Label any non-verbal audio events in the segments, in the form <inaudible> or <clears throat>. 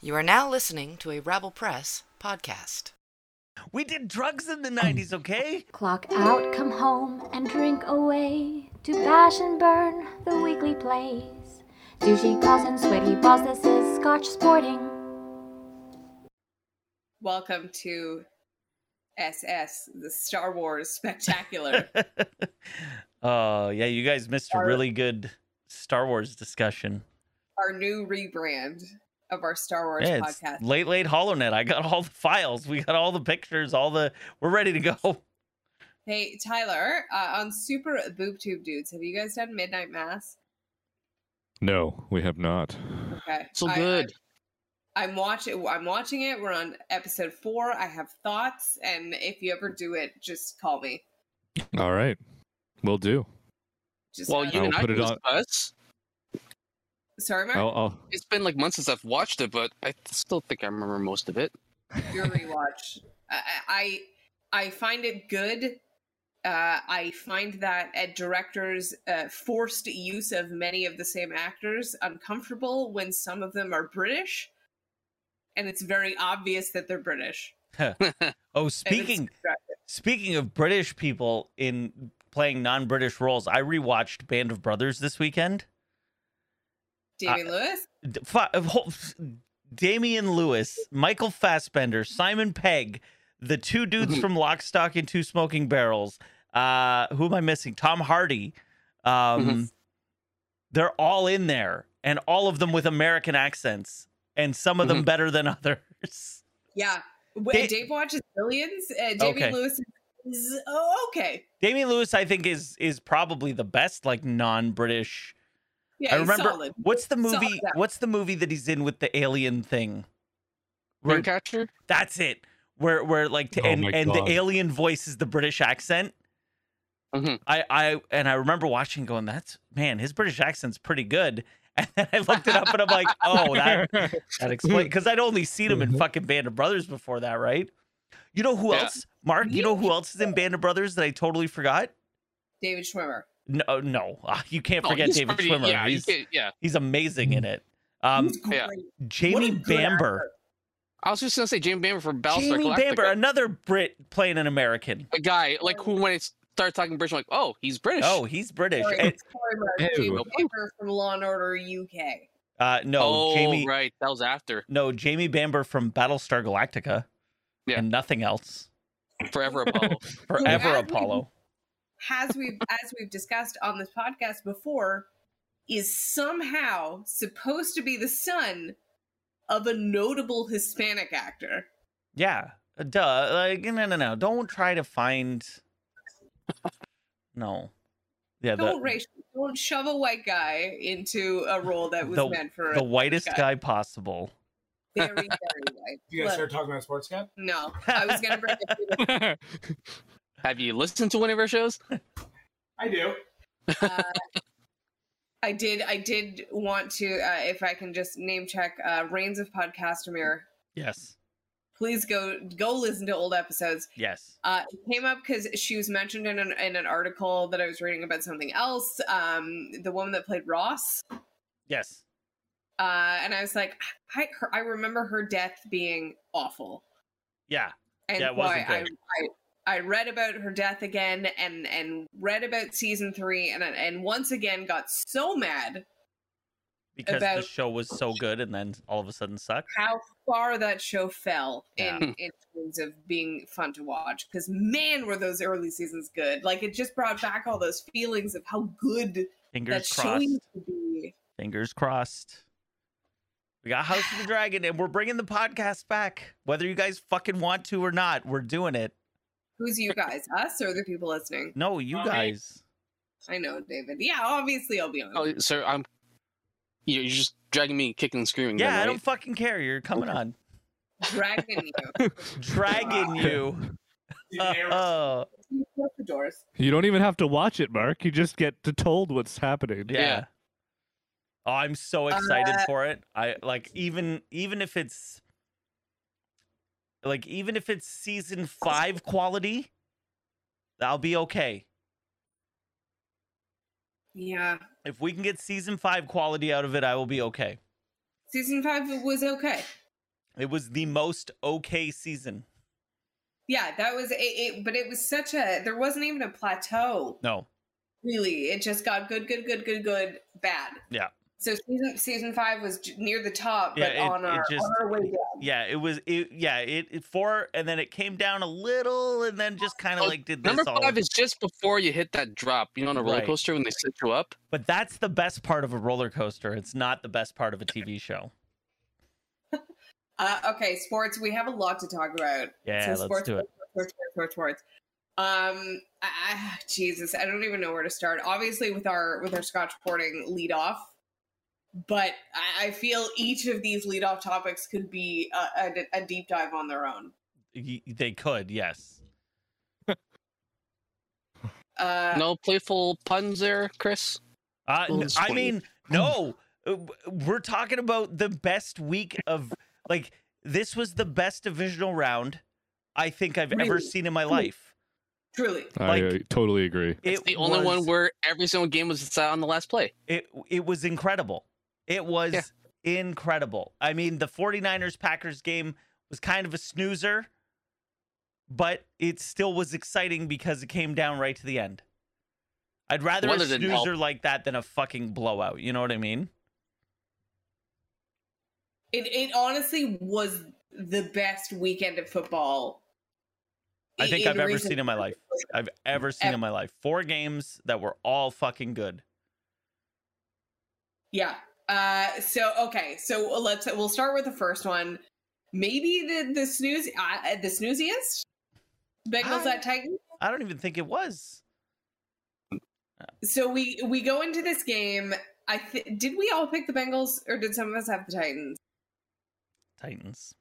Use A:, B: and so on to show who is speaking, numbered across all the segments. A: You are now listening to a Rabble Press podcast.
B: We did drugs in the
C: Um,
B: 90s,
C: <laughs>
B: okay?
D: Clock out, come home, and drink away to bash and burn the weekly plays. Douchey calls and sweaty balls, this is Scotch Sporting.
C: Welcome to SS, the Star Wars
E: <laughs>
C: Spectacular.
B: <laughs> oh, yeah, you guys missed a
C: Our-
B: really good Star Wars discussion.
C: our new rebrand of our Star Wars
B: Yeah, it's
C: podcast.
B: late, late HoloNet. I got all the files. We got all the pictures, all the. We're ready to go.
C: Hey, Tyler, uh, on Super BoobTube Dudes, have you guys done Midnight Mass?
F: No, we have not.
C: Okay.
E: So
C: I-
E: good.
C: I, am watching. I'm watching it. We're on episode four. I have thoughts, and if you ever do it, just call me.
F: All right. We'll do.
C: Just
E: Well,
C: know
E: you
F: I'll
E: and I
F: put it
E: was
F: on-
E: us.
C: that- sorry, Mark.
F: I'll, I'll,
E: It's been like months since I've watched it, but I still think I remember most of it.
C: your rewatch. I, I I find it good. Uh, I find that a director's uh, forced use of many of the same actors uncomfortable when some of them are British, and it's very obvious that they're British.
B: <laughs> Oh,
C: And it's
B: speaking
C: distracting.
B: speaking of British people in playing non-British roles, I rewatched Band of Brothers this weekend. uh,
C: David Lewis,
B: D- fa- of whole- f- Damian Lewis, Michael Fassbender, Simon Pegg, the two dudes
C: Mm-hmm.
E: Mhm.
B: from Lock, Stock, and Two Smoking Barrels. Uh, who am I missing? Tom Hardy.
C: Mm-hmm.
B: Um, they're all in there, and all of them with American accents, and some of them
C: Mm-hmm.
E: Mhm.
B: better than <laughs> others.
C: yeah. When
B: Da-
C: Dave watches Billions, uh, David
B: Okay.
C: Lewis is oh, okay.
B: Damian Lewis, I think, is is probably the best like non-British.
C: Yeah,
B: I
C: he's
B: remember
C: solid.
B: what's the
C: Solid,
B: movie?
C: yeah.
B: What's the movie that he's in with the alien thing? Where-
E: Dreamcatcher?
B: That's it. Where where like to,
F: Oh
B: and
F: my
B: and
F: God.
B: the alien voice is the British accent.
E: Mhm.
B: I I and I remember watching, going, "That's man, his British accent's pretty good." <laughs> And then I looked it up, and I'm like, "Oh, <laughs> that that <laughs> explains." Because I'd only seen him in
F: Mhm.
B: fucking Band of Brothers before that, right? You know who
E: Yeah.
B: else, Mark? You know who else is in Band of Brothers that I totally forgot?
C: David Schwimmer.
B: No, no, Ah, you can't
E: Oh,
B: forget
E: he's
B: David
E: pretty-
B: Schwimmer.
E: Yeah, you
B: he's
E: can't- yeah.
B: he's amazing in it. Um,
C: He's
E: yeah.
C: great. What a
B: Jamie
C: good
B: Bamber,
C: actor.
E: I was just gonna say James Bamber from Battlestar
B: Jamie
E: Galactica.
B: Bamber, another Brit playing an American.
E: a guy like who when I start talking British, I'm like, oh, he's British.
B: Oh, he's British.
C: Sorry,
B: And,
C: sorry, Mark.
F: Ew.
C: David Bamber from Law and Order UK.
B: uh, no,
E: Oh,
B: Jamie.
E: right, that was after
B: No, Jamie Bamber from Battlestar Galactica.
E: Yeah.
B: And nothing else.
E: Forever Apollo.
B: Forever
C: Yeah.
B: Apollo.
C: as we've as we've discussed on this podcast before, is somehow supposed to be the son of a notable Hispanic actor.
B: Yeah. uh, Duh. Like no, no, no. Don't try to find. No. Yeah.
C: Don't
B: The,
C: racial, don't shove a white guy into a role that was
B: The-
C: meant for
B: the
C: a
B: whitest guy possible.
C: very, very white.
G: You guys
C: Look,
G: start talking about sports cap?
C: no, I was gonna bring it to
E: Have you listened to one of our shows?
G: I do.
C: uh, I did. I did want to, uh, if I can just name check, uh, Reigns of Podcastamere.
B: Yes.
C: Please go go listen to old episodes.
B: Yes.
C: Uh, it came up because she was mentioned in an, in an article that I was reading about something else. Um, the woman that played Ross, uh,
B: Yes.
C: and I was like, I her, I remember her death being awful,
B: Yeah.
C: and
B: Yeah, it
C: so
B: wasn't
C: I,
B: good.
C: I I read about her death again and and read about season three, and and once again got so mad
B: Because the
C: About-
B: show was so good and then all of a sudden sucked.
C: how far that show fell
B: Yeah. Hmm.
C: in in terms of being fun to watch. Because man, were those early seasons good! Like it just brought back all those feelings of how good.
B: Fingers
C: That's
B: crossed.
C: showing to be.
B: Fingers crossed. We got House of the Dragon and we're bringing the podcast back. Whether you guys fucking want to or not, we're doing it.
C: Who's you guys? Us or the people listening?
B: No, you
G: Okay.
B: guys.
C: I know, David. Yeah, obviously I'll be on.
E: Oh, sir, I'm. You're just dragging me, kicking and screaming.
B: Yeah,
E: then,
B: I
E: right?
B: don't fucking care. You're coming on.
C: Dragging
B: <laughs>
C: you.
B: Dragging you. <laughs> Oh,
C: you. Shut the doors.
F: <laughs> you don't even have to watch it, Mark. You just get to told what's happening.
B: yeah.
E: Yeah.
B: Oh, I'm so excited for it. I like even even if it's like even if it's season 5 quality, I'll be okay.
C: Yeah.
B: If we can get season 5 quality out of it, I will be okay.
C: Season five was okay.
B: It was the most okay season.
C: Yeah, that was it, it. But it was such a there wasn't even a plateau.
B: No,
C: Really, it just got good, good, good, good, good, bad.
B: Yeah.
C: So season season five was j- near the top, but
B: Yeah, it-
C: on
B: it
C: our
B: just-
C: on our way down.
B: yeah, it was. It, yeah, it, it four, and then it came down a little, and then just kind of
E: Oh,
B: like did this
E: Number
B: all.
E: five is just before you hit that drop. You know, on a roller
B: Right.
E: coaster when they set you up.
B: But that's the best part of a roller coaster. It's not the best part of a TV
C: <laughs>
B: show.
C: Uh, okay, sports. We have a lot to talk about.
B: Yeah, let's
C: sports,
B: do it.
C: Sports, sports, sports, sports. Um, ah, Jesus, I don't even know where to start. Obviously, with our with our Scotch porting lead off, but I, I feel each of these lead off topics could be a, a, a deep dive on their own.
B: Y- They could, yes.
C: Uh,
E: No playful puns there, Chris.
B: Uh, n-
E: Well,
B: I
E: sweet.
B: mean, no, uh, we're talking about the best week of like this was the best divisional round I think I've ever
C: Really?
B: seen in my life.
C: Truly,
F: I
B: Like-
F: uh, totally agree.
E: It's the only
B: was-
E: one where every single game was decided on the last play.
B: it it was incredible. It was
E: Yeah.
B: incredible. I mean, the 49ers Packers game was kind of a snoozer, but it still was exciting because it came down right to the end. I'd rather
E: Weather
B: a
E: didn't help.
B: snoozer like that than a fucking blowout. You know what I mean?
C: it it honestly was the best weekend of football.
B: I think I've ever
C: recent-
B: seen in my life. I've ever seen
C: Ever.
B: in my life. Four games that were all fucking good.
C: Yeah. Uh, so okay, so let's we'll start with the first one. Maybe the the snooze uh, the snooziest Bengals
B: I-
C: at Titans.
B: I don't even think it was.
C: So we we go into this game. I th- did we all pick the Bengals or did some of us have the Titans?
B: Titans.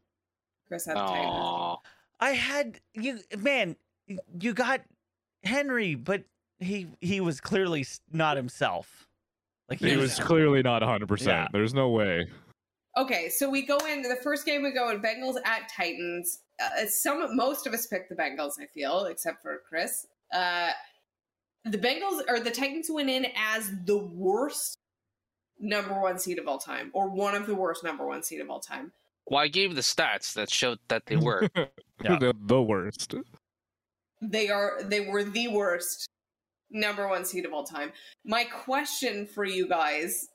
C: Chris had the Titans.
E: Aw.
B: I had you man, you got Henry, but he he was clearly s- not himself. Like
F: He was
B: yeah.
F: clearly not 100%.
B: Yeah.
F: There's no way.
C: Okay, so we go in the first game. We go in Bengals at Titans. Uh, some most of us picked the Bengals. I feel except for Chris. Uh, the Bengals or the Titans went in as the worst number one seed of all time, or one of the worst number one seed of all time.
E: Well, I gave the stats that showed that
B: <laughs>
F: <laughs>
E: they were.
B: Yeah.
F: the, the worst.
C: They are they were the worst number one seed of all time. My question for you guys: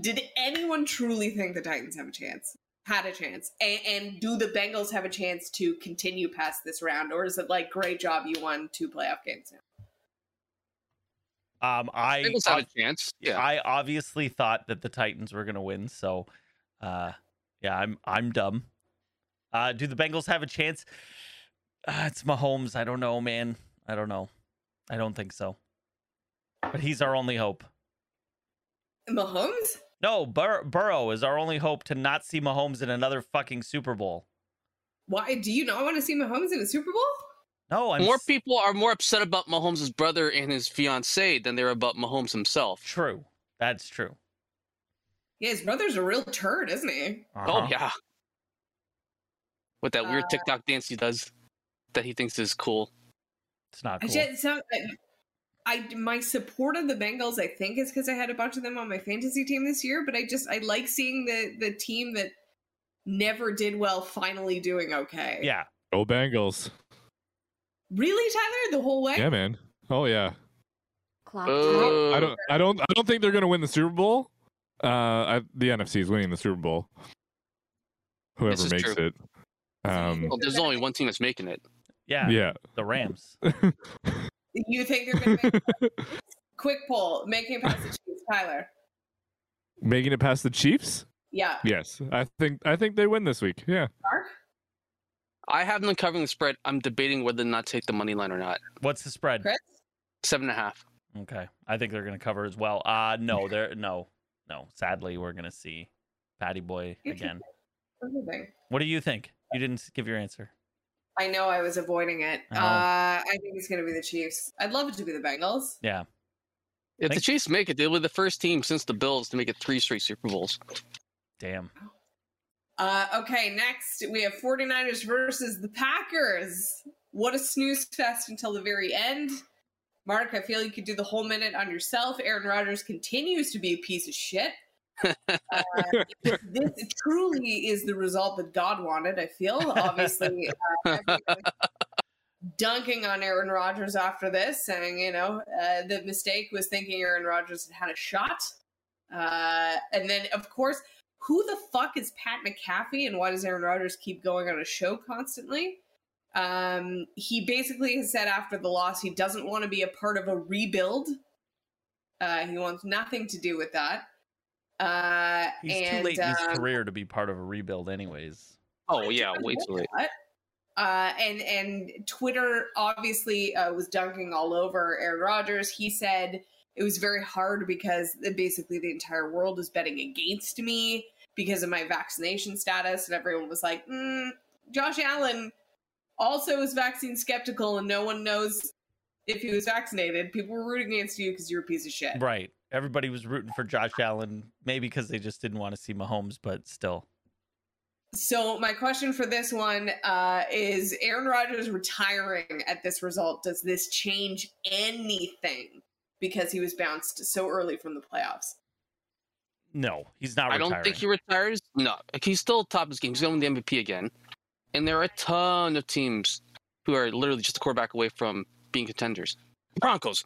C: Did anyone truly think the Titans have a chance? Had a chance, and, and do the Bengals have a chance to continue past this round, or is it like great job you won two playoff games now?
B: Um I
E: Bengals had a chance. Yeah.
B: I obviously thought that the Titans were gonna win, so uh yeah, I'm I'm dumb. Uh do the Bengals have a chance? Uh, it's Mahomes. I don't know, man. I don't know. I don't think so. But he's our only hope.
C: Mahomes?
B: No, Bur- Burrow is our only hope to not see Mahomes in another fucking Super Bowl.
C: Why do you not want to see Mahomes in a Super Bowl?
B: No, I'm
E: more
B: s-
E: people are more upset about Mahomes' brother and his fiancee than they're about Mahomes himself.
B: True. That's true.
C: Yeah, his brother's a real turd, isn't he?
B: Uh-huh.
E: Oh yeah. With that weird
C: Uh,
E: TikTok dance he does that he thinks is cool.
B: It's not
C: I
B: cool.
C: just some. I my support of the Bengals, I think, is because I had a bunch of them on my fantasy team this year. But I just I like seeing the the team that never did well finally doing okay.
B: Yeah.
F: Go Bengals.
C: really, Tyler, the whole way.
F: Yeah, man. Oh yeah.
D: Clock tower.
E: Boo.
F: I don't I don't I don't think they're going to win the Super Bowl. Uh I, the NFC is winning the Super Bowl. Whoever
E: is
F: makes
E: true.
F: it. Um
E: Well, there's only one team that's making it.
B: Yeah.
F: yeah.
B: The <laughs> Rams.
C: You think they're going to make quick poll making it past the Chiefs, Tyler?
F: <laughs> Making it past the Chiefs?
C: Yeah,
F: Yes. I think I think they win this week. Yeah.
C: Mark.
E: I have them covering the spread. I'm debating whether or not to take the money line or not.
B: What's the spread?
C: Chris?
E: Seven and a half.
B: Okay. I think they're going to cover as well. Uh no, they're no. No. Sadly, we're going to see Patty Boy again.
C: What do you think?
B: What do you think? You didn't give your answer.
C: I know I was avoiding it.
B: Oh.
C: Uh, I think it's going to be the Chiefs. I'd love it to be the Bengals.
B: Yeah.
E: If the
B: Thank-
E: Chiefs make it, they'll be the first team since the Bills to make it three straight Super Bowls.
B: Damn.
C: Uh, okay, next we have 49ers versus the Packers. What a snooze fest until the very end. Mark, I feel you could do the whole minute on yourself. Aaron Rodgers continues to be a piece of shit. Uh, this truly is the result that God wanted. I feel obviously uh, <laughs> dunking on Aaron Rodgers after this, saying you know uh, the mistake was thinking Aaron Rodgers had had a shot, uh, and then of course, who the fuck is Pat McAfee, and why does Aaron Rodgers keep going on a show constantly? Um, he basically has said after the loss he doesn't want to be a part of a rebuild. Uh, he wants nothing to do with that. Uh,
B: He's
C: and,
B: too late in his
C: um,
B: career to be part of a rebuild, anyways.
E: Oh yeah, way too late.
C: Uh, and and Twitter obviously uh, was dunking all over Aaron Rodgers. He said it was very hard because basically the entire world is betting against me because of my vaccination status, and everyone was like, mm, Josh Allen also is vaccine skeptical, and no one knows if he was vaccinated. People were rooting against you because you're a piece of shit.
B: Right. Everybody was rooting for Josh Allen, maybe because they just didn't want to see Mahomes, but still.
C: So my question for this one uh, is: Aaron Rodgers retiring at this result? Does this change anything? Because he was bounced so early from the playoffs.
B: No, he's not
E: I
B: retiring.
E: don't think he retires. No, like, he's still top of his game. He's going to win the MVP again. And there are a ton of teams who are literally just a quarterback away from being contenders. Broncos.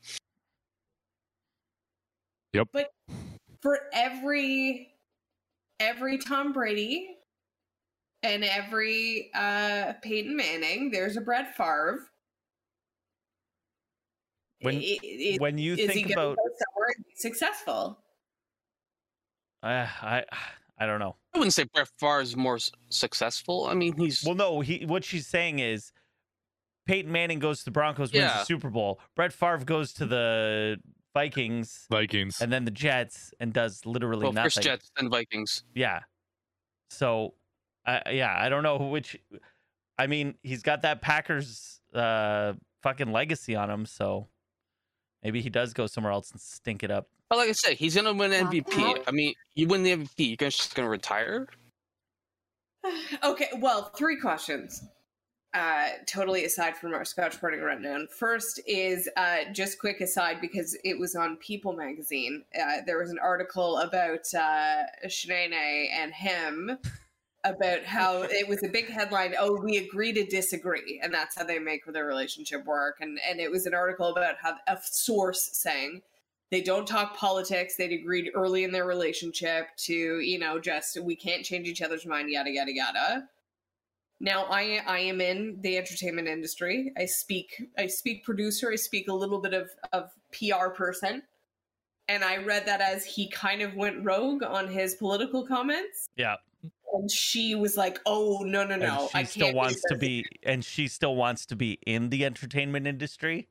C: For every every Tom Brady and every uh, Peyton Manning, there's a Brett Favre.
B: When-
C: I- i-
B: when you
C: is he
B: think
C: gonna
B: about,
C: go somewhere and be successful?
B: uh, <sighs> I, I don't know.
E: I wouldn't say Brett Favre is more s- successful. I mean, he's
B: Well, no, he. What she's saying is, Peyton Manning goes to the Broncos, wins
E: Yeah.
B: the Super Bowl. Brett Favre goes to the Vikings
F: Vikings.
B: and then the Jets and does literally
E: well,
B: nothing.
E: first Jets and Vikings.
B: Yeah. So, I yeah, I don't know which. I mean, he's got that Packers uh, fucking legacy on him, so maybe he does go somewhere else and stink it up.
E: But like I said, he's going to win
D: Wow.
E: MVP. I mean, you win the MVP, you're gonna- just going to retire?
C: Okay, well, three questions. Uh, totally aside from our Scotch Sporting Rundown. First is uh, just quick aside because it was on People magazine. Uh, there was an article about uh, Shanae and him about how it was a big headline. Oh, we agree to disagree, and that's how they make their relationship work. And and it was an article about how a source saying they don't talk politics. They'd agreed early in their relationship to, you know, just we can't change each other's mind, yada yada yada. Now I I am in the entertainment industry. I speak I speak producer. I speak a little bit of of PR person, and I read that as he kind of went rogue on his political comments.
B: Yeah.
C: and she was like, "Oh no no no,
B: and she
C: I
B: still
C: can't
B: wants to
C: this."
B: be, and she still wants to be in the entertainment industry,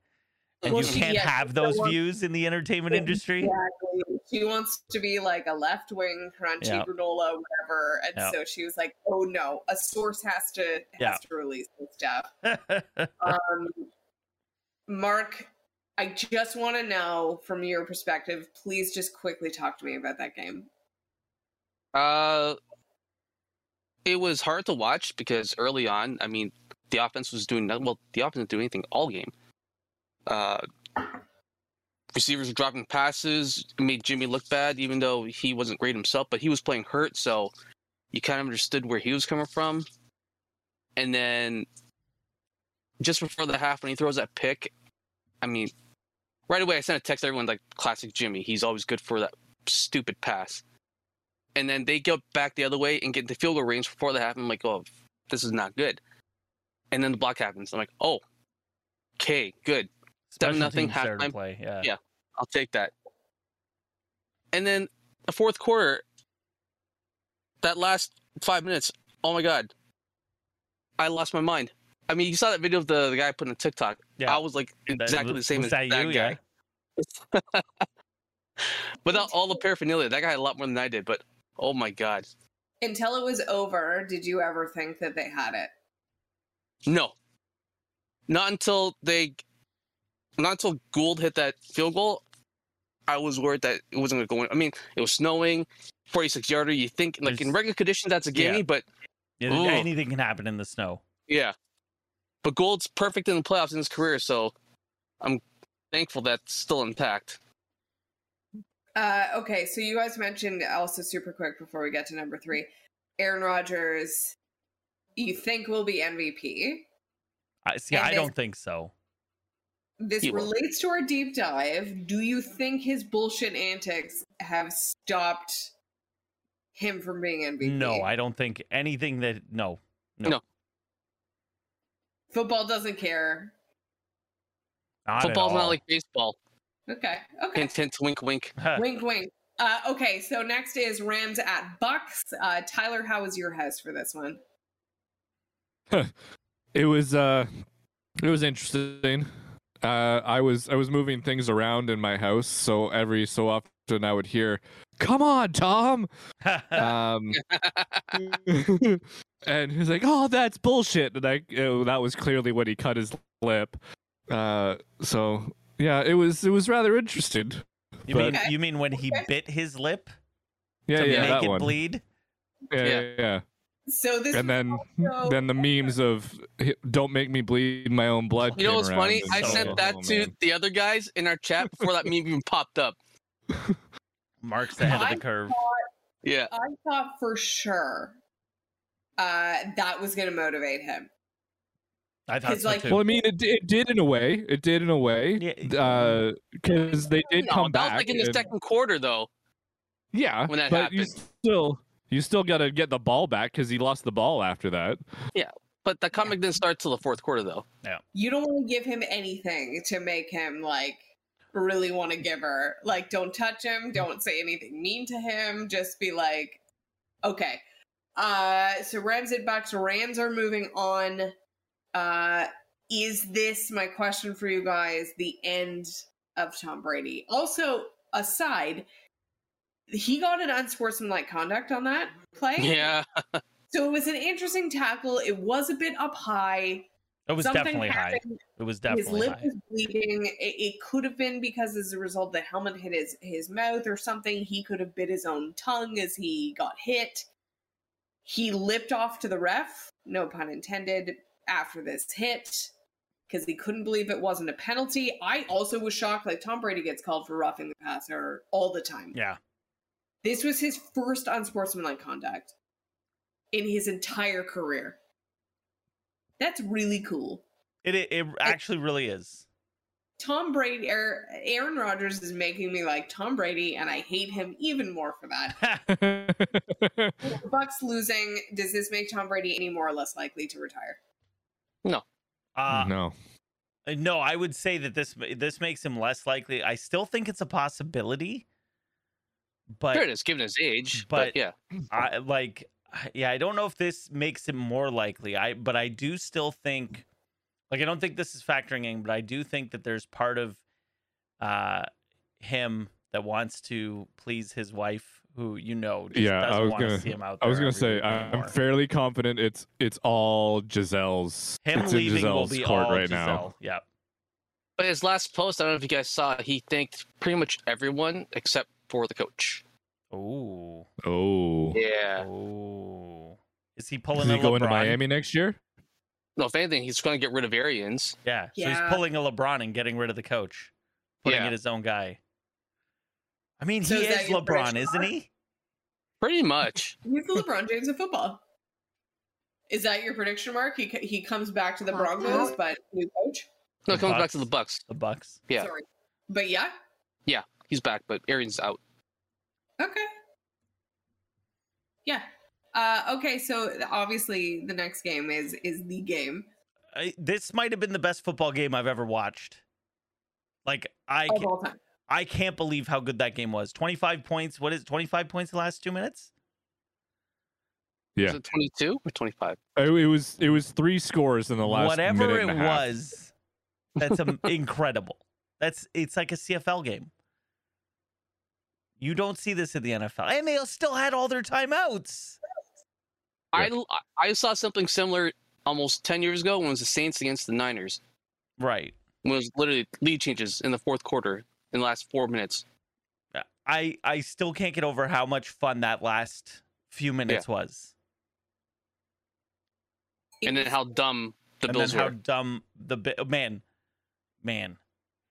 B: and
C: Well,
B: you
C: she-
B: can't
C: yeah, she
B: have
C: still
B: those
C: wants-
B: views in the entertainment industry.
C: Exactly. She wants to be like a left wing crunchy
B: Yeah.
C: granola, whatever. And
B: Yeah.
C: so she was like, "Oh no, a source has to has
B: Yeah.
C: to release this stuff."
B: <laughs>
C: Um, Mark, I just want to know from your perspective. Please just quickly talk to me about that game.
E: Uh, it was hard to watch because early on, I mean, the offense was doing nothing. Well, the offense didn't do anything all game. Uh, receivers were dropping passes, it made Jimmy look bad, even though he wasn't great himself. But he was playing hurt, so you kind of understood where he was coming from. And then just before the half, when he throws that pick, I mean, right away I sent a text to everyone like, "Classic Jimmy. He's always good for that stupid pass." and then they go back the other way and get the field goal range before that happened. I'm like, oh, this is not good. And then the block happens. I'm like, oh, okay, good.
B: Special
E: nothing
B: teams there to
E: halftime.
B: play. Yeah.
E: Yeah. I'll take that. And then the fourth quarter, that last five minutes, oh my God, I lost my mind. I mean, you saw that video of the, the guy putting a TikTok.
B: Yeah.
E: I was like
B: That-
E: exactly the same
B: was
E: as
B: that
E: that,
B: you?
E: guy.
B: Yeah.
E: <laughs> Without all the paraphernalia, that guy had a lot more than I did. But oh my God,
C: Until it was over, did you ever think that they had it?
E: No. Not until they, not until Gould hit that field goal, I was worried that it wasn't going to go in. I mean, it was snowing, 46 yarder. You think like in
B: There's-
E: regular conditions that's a
B: Yeah.
E: gimme, but
B: Yeah,
E: Ooh.
B: Anything can happen in the snow.
E: yeah. But Gould's perfect in the playoffs in his career, so I'm thankful that's still intact.
C: Uh, okay, so you guys mentioned also super quick before we get to number three, Aaron Rodgers. You think will be MVP?
B: I see.
C: And
B: I
C: they-
B: don't think so.
C: This
E: He will.
C: relates to our deep dive. Do you think his bullshit antics have stopped him from being MVP?
B: No, I don't think anything that. No,
C: football doesn't care.
B: not at
E: Football's
B: all.
E: not like
B: <laughs>
E: baseball.
C: Okay, okay.
E: Hint, hint, wink, wink.
C: wink, wink. Uh, okay, so next is Rams at Bucks. Uh, Tyler, how was your house for this one?
F: it was uh it was interesting uh i was i was moving things around in my house so every so often i would hear come on
B: <laughs>
F: tom um and he's like oh that's bullshit and i uh, that was clearly when he cut his lip uh so yeah it was it was rather interesting
B: you
F: but-
B: mean
C: Okay.
B: you mean when he
C: Okay.
B: bit his lip
F: yeah
B: to
F: yeah
B: make
F: that
B: it
F: one
B: bleed?
F: yeah
E: Yeah.
F: yeah, yeah.
C: So this was
F: and then
C: also-
F: <laughs> then the memes of "Hi- don't make me bleed my own blood
E: You know
F: came
E: what's
F: around,
E: funny?
F: and
E: I
F: so-
E: sent that
F: oh,
E: to
F: man.
E: the other guys in our chat before that meme even popped up.
B: Marks the head of
C: I-
B: the curve.
E: Yeah.
C: I thought for sure uh, that was going to motivate him.
B: I thought
C: 'cause,
B: so
C: like,
B: too.
F: Well, I mean, it, di- it did in a way. It did in a way.
B: Yeah.
F: uh, Because they did
E: No,
F: come
E: that was
F: back.
E: like in the
F: and-
E: second quarter though.
F: yeah,
E: when that
F: but you
E: happened.
F: still you still got to get the ball back because he lost the ball after that. <laughs>
E: But the comic didn't start till the fourth quarter though.
C: You don't want to give him anything to make him like really want to give her. Like, don't touch him.
B: Mm-hmm.
C: Don't say anything mean to him. Just be like, okay. Uh, so Rams and Bucks. Rams are moving on. Uh, is this my question for you guys? The end of Tom Brady. Also, aside, he got an unsportsmanlike conduct on that play.
E: Yeah.
C: So it was an interesting tackle. It was a bit up high.
B: it was
C: Something
B: definitely high.
C: happened.
B: It was
C: His
B: definitely
C: lip
B: high.
C: was bleeding. It, it could have been because, as a result, the helmet hit his his mouth or something. He could have bit his own tongue as he got hit. He lipped off to the ref, no pun intended, after this hit because he couldn't believe it wasn't a penalty. I also was shocked. Like Tom Brady gets called for roughing the passer all the time.
B: Yeah.
C: This was his first unsportsmanlike conduct in his entire career. That's really cool.
B: It, it it actually really is. <laughs>
C: Tom Brady, er, Aaron Rodgers is making me like Tom Brady, and I hate him even more for that.
B: Uh,
C: With the Bucks losing, does this make Tom Brady any more or less likely to retire?
B: Uh,
F: no.
B: Uh, No, I would say that this ma- this makes him less likely. I still think it's a possibility, but
E: <laughs> There it is, given his age. But,
B: but-
E: yeah.
B: I like yeah, I don't know if this makes him more likely. I but I do still think like I don't think this is factoring in, but I do think that there's part of uh him that wants to please his wife who you know just
F: Yeah, I
B: doesn't
F: was
B: want to
F: gonna-
B: see him out there.
F: I was gonna
B: every
F: say
B: week
F: I- I'm
B: anymore.
F: fairly confident it's it's all Giselle's.
B: him
F: it's in
B: leaving
F: Giselle's
B: will be
F: court
B: all
F: right now.
B: Giselle. Yeah.
E: But his last post, I don't know if you guys saw, he thanked pretty much everyone except for the coach.
B: Ooh.
F: Oh,
E: Yeah.
B: Ooh. Is he
F: is
B: pulling
F: he
B: a
F: going to
B: LeBron?
F: Miami next year?
E: No, if anything, he's going to get rid of Arians.
B: Yeah. So
C: Yeah.
B: he's pulling a LeBron and getting rid of the coach, putting
E: Yeah.
B: in his own guy. I mean,
C: So
B: he
C: is that
B: is
C: your
B: LeBron,
C: prediction,
B: isn't
C: Mark?
B: he?
E: Pretty much.
C: He's the LeBron James of football. Is that your prediction, Mark? He, c- he comes back to the Broncos, but new coach.
E: No,
B: The
E: it comes back
B: Bucks.
E: to the Bucks.
B: The Bucks.
E: Yeah.
C: Sorry. But yeah,
E: He's back, but Arians out.
C: Okay. Yeah. Uh, okay, so obviously the next game is is the game.
B: I, this might have been the best football game I've ever watched. Like I,
C: of
B: ca-
C: all time.
B: I can't believe how good that game was. Twenty five points. What is twenty five points in the last two minutes?
F: Yeah.
E: Is it 22 or 25?
F: It, Oh, it was it was three scores in the last
B: Whatever
F: minute
B: it
F: and a half.
B: was, that's um, <laughs> incredible. That's it's like a CFL game. You don't see this in the NFL, and they still had all their timeouts.
E: I, I saw something similar almost 10 years ago when it was the Saints against the Niners.
B: Right.
E: When it was literally lead changes in the fourth quarter in the last four minutes.
B: I I still can't get over how much fun that last few minutes was,
E: And then how dumb the
B: and
E: Bills
B: then how
E: were.
B: dumb the Bi- man, man,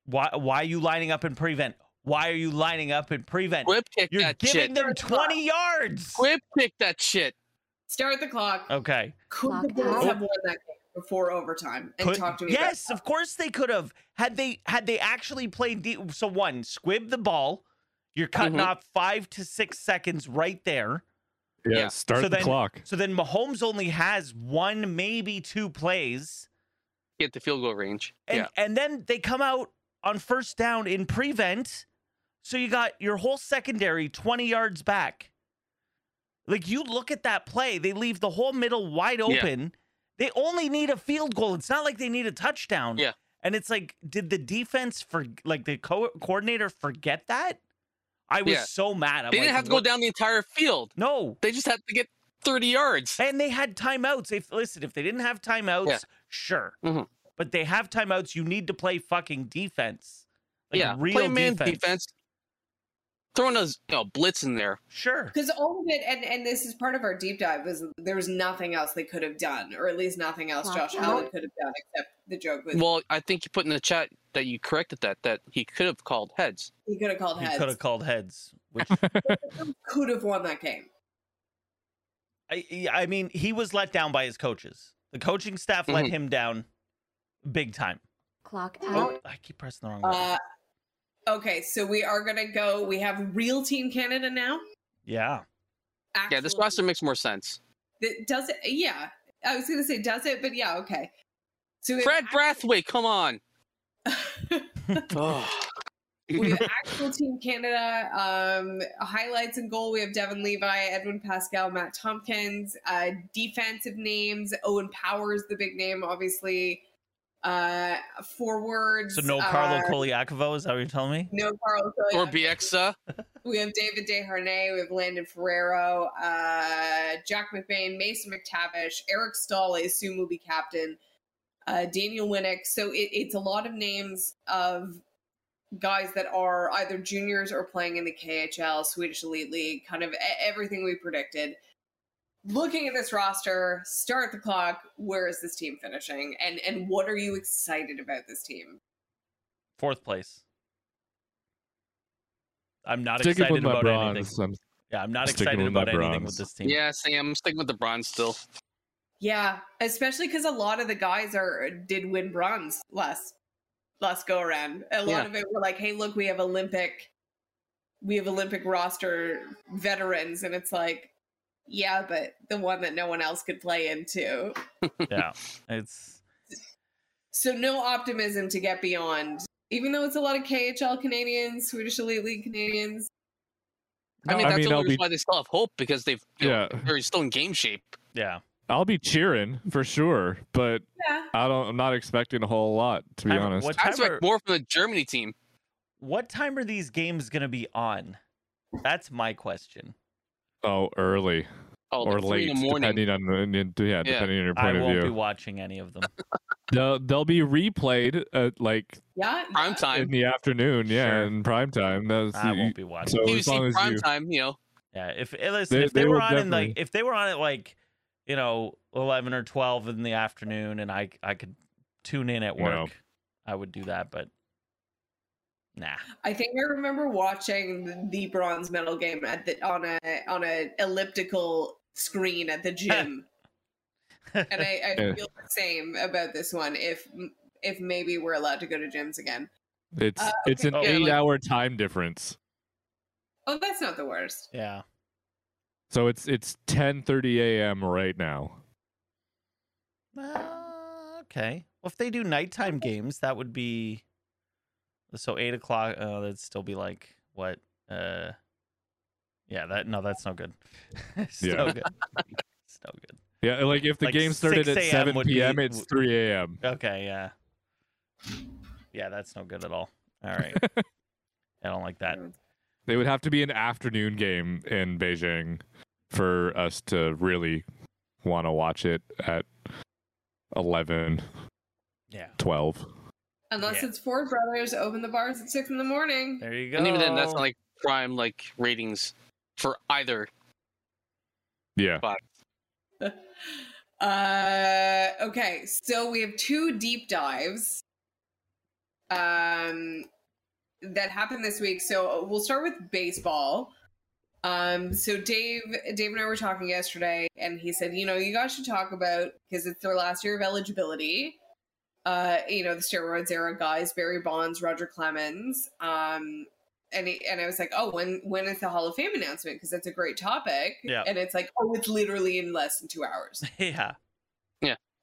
B: why why are you lining up in prevent? Why are you lining up and prevent?
E: Quip kick
B: You're
E: that
B: giving
E: shit.
B: them 20 yards.
E: Quip kick that shit.
C: Start the clock.
B: Okay.
D: Clock
C: Could the Bulls
D: out.
C: have won that game before overtime? And
B: Could-
C: talk to me. about-
B: yes, of course they could have. Had they had they actually played de- so one, squib the ball. You're cutting
E: Mhm.
B: off 5 to 6 seconds right there.
F: Yeah,
E: Yeah.
F: start
B: So
F: the
B: then-
F: clock.
B: So then Mahomes only has one maybe two plays.
E: Get the field goal range.
B: And
E: yeah.
B: and then they come out on first down in prevent. So you got your whole secondary 20 yards back. Like you look at that play, they leave the whole middle wide
E: Yeah.
B: open. They only need a field goal. It's not like they need a touchdown.
E: Yeah.
B: And it's like did the defense for like the co- coordinator forget that? I was
E: Yeah.
B: so mad. I'm
E: They didn't
B: like,
E: have to go
B: "What?"
E: down the entire field.
B: No.
E: They just had to get 30 yards.
B: And they had timeouts. If listen, if they didn't have timeouts,
E: Yeah.
B: sure.
E: Mhm.
B: But they have timeouts. You need to play fucking defense. Like
E: yeah.
B: real
E: Play man
B: defense.
E: Throwing a you know, blitz in there.
B: Sure.
C: Because all of it, and, and this is part of our deep dive, was there was nothing else they could have done, or at least nothing else
D: Clock
C: Josh
D: out.
C: Allen could have done except the joke was
E: Well, I think you put in the chat that you corrected that, that he could have called heads.
C: he could have called
B: You could
C: heads.
B: have called heads, which
C: Could have won that game.
B: I, I mean, he was let down by his coaches. The coaching staff let
E: Mhm.
B: him down big time.
D: Clock
B: Oh,
D: out.
B: I keep pressing the wrong button.
C: Uh, okay, so we are gonna go. We have real Team Canada now.
B: yeah.
E: Yeah, this
C: Actually-
E: roster makes more sense.
C: That- Does it? Yeah, I was gonna say does it, but yeah, okay. So we
E: Fred
C: have,
E: Brathwaite, come on.
C: we
B: <laughs>
C: have actual Team Canada um, highlights and goal. We have Devin Levi, Edwin Pascal, Matt Tompkins. Uh, defensive names: Owen Powers, the big name, obviously. Uh, forwards.
B: So no Carlo
C: uh,
B: Koliakovo is that what you're telling me?
C: No Carl. Colia.
E: or Bieksa.
C: We have David DeHarnay, we have Landon Ferrero, uh, Jack McBain, Mason McTavish, Eric Stahl, I assume will be captain, uh, Daniel Winnick. So it, it's a lot of names of guys that are either juniors or playing in the KHL, Swedish Elite League, kind of e- everything we predicted. Looking at this roster, start the clock. Where is this team finishing, and and what are you excited about this team?
B: Fourth place. I'm not
F: Sticking
B: excited
F: with my
B: about
F: bronze.
B: anything.
F: I'm
B: Yeah, I'm not
F: Sticking
B: excited
F: with my
B: about anything with
F: bronze.
B: this team.
E: Yeah, Sam, I'm sticking with the bronze still.
C: Yeah, especially because a lot of the guys are did win bronze last last go around. A lot
E: Yeah.
C: of it were like, "Hey, look, we have Olympic, we have Olympic roster veterans," and it's like, "Yeah, but the one that no one else could play into."
B: yeah. It's
C: So no optimism to get beyond, even though it's a lot of KHL Canadians, Swedish Elite League Canadians.
E: I mean,
F: I
E: that's
F: mean,
E: the
F: I'll
E: only reason
F: be-
E: why they still have hope because they've you know,
F: yeah,
E: they're still in game shape.
B: yeah.
F: I'll be cheering for sure, but
C: Yeah,
F: I don't. I'm not expecting a whole lot to be
B: Timer-
F: honest.
B: What
E: I
B: time
E: expect
B: are-
E: more from the Germany team.
B: what time are these games going to be on? That's my question.
F: Oh, early
E: Oh,
F: or
E: like three
F: late,
E: in the morning.
F: depending on the, yeah, depending on your
B: I
F: point of
B: won't be
F: view.
B: watching any of them.
F: They'll they'll be replayed at like
C: yeah.
E: Prime
F: in
E: time.
F: the afternoon, yeah,
B: Sure.
F: in prime time. That's
B: I won't be watching.
F: so as long
E: QC
F: as
E: prime
F: you,
E: time, you know.
B: yeah, if eh, listen,
F: They-
B: if they,
F: they
B: were
F: will
B: on in like
F: definitely-
B: if they were on at like you know eleven or twelve in the afternoon, and I I could tune in at
F: No.
B: work, I would do that. But nah,
C: I think I remember watching the bronze medal game at the on a on a elliptical screen at the gym, and
B: <laughs>
C: I, I
F: Yeah.
C: feel the same about this one. If if maybe we're allowed to go to gyms again.
F: it's
C: Uh,
F: it's an
B: okay.
E: Yeah, like-
F: eight-hour time difference.
C: Oh, that's not the worst.
B: yeah,
F: So it's it's 10:30 a.m. right now.
B: Uh, okay. Well, if they do nighttime games, that would be so eight o'clock. Uh, that'd still be like what? Uh, yeah. That no, that's no good. <laughs> it's
F: Yeah.
B: no good. It's no good.
F: Yeah, like if the
B: Like
F: game started
B: 6
F: at
B: a.m.
F: 7
B: would be-
F: p.m., it's 3 a.m.
B: Okay, yeah. Yeah, that's no good at all. All right. I don't like that.
F: They would have to be an afternoon game in Beijing for us to really want to watch it at 11,
B: Yeah.
F: 12.
C: Unless
B: Yeah.
C: it's Ford Brothers open the bars at six in the morning.
B: There you go.
E: And even then, that's not like prime like ratings for either.
F: Yeah.
C: Uh, okay, so we have two deep dives. Um, that happened this week. So uh, we'll start with baseball. Um, so Dave, Dave and I were talking yesterday, and he said, you know, you guys should talk about because it's their last year of eligibility. Uh, you know, the steroids era guys, Barry Bonds, Roger Clemens. Um, and he, and I was like, oh, when when is the Hall of Fame announcement? Because that's a great topic.
B: Yeah.
C: And it's like, oh, it's literally in less than two hours.
B: <laughs> yeah.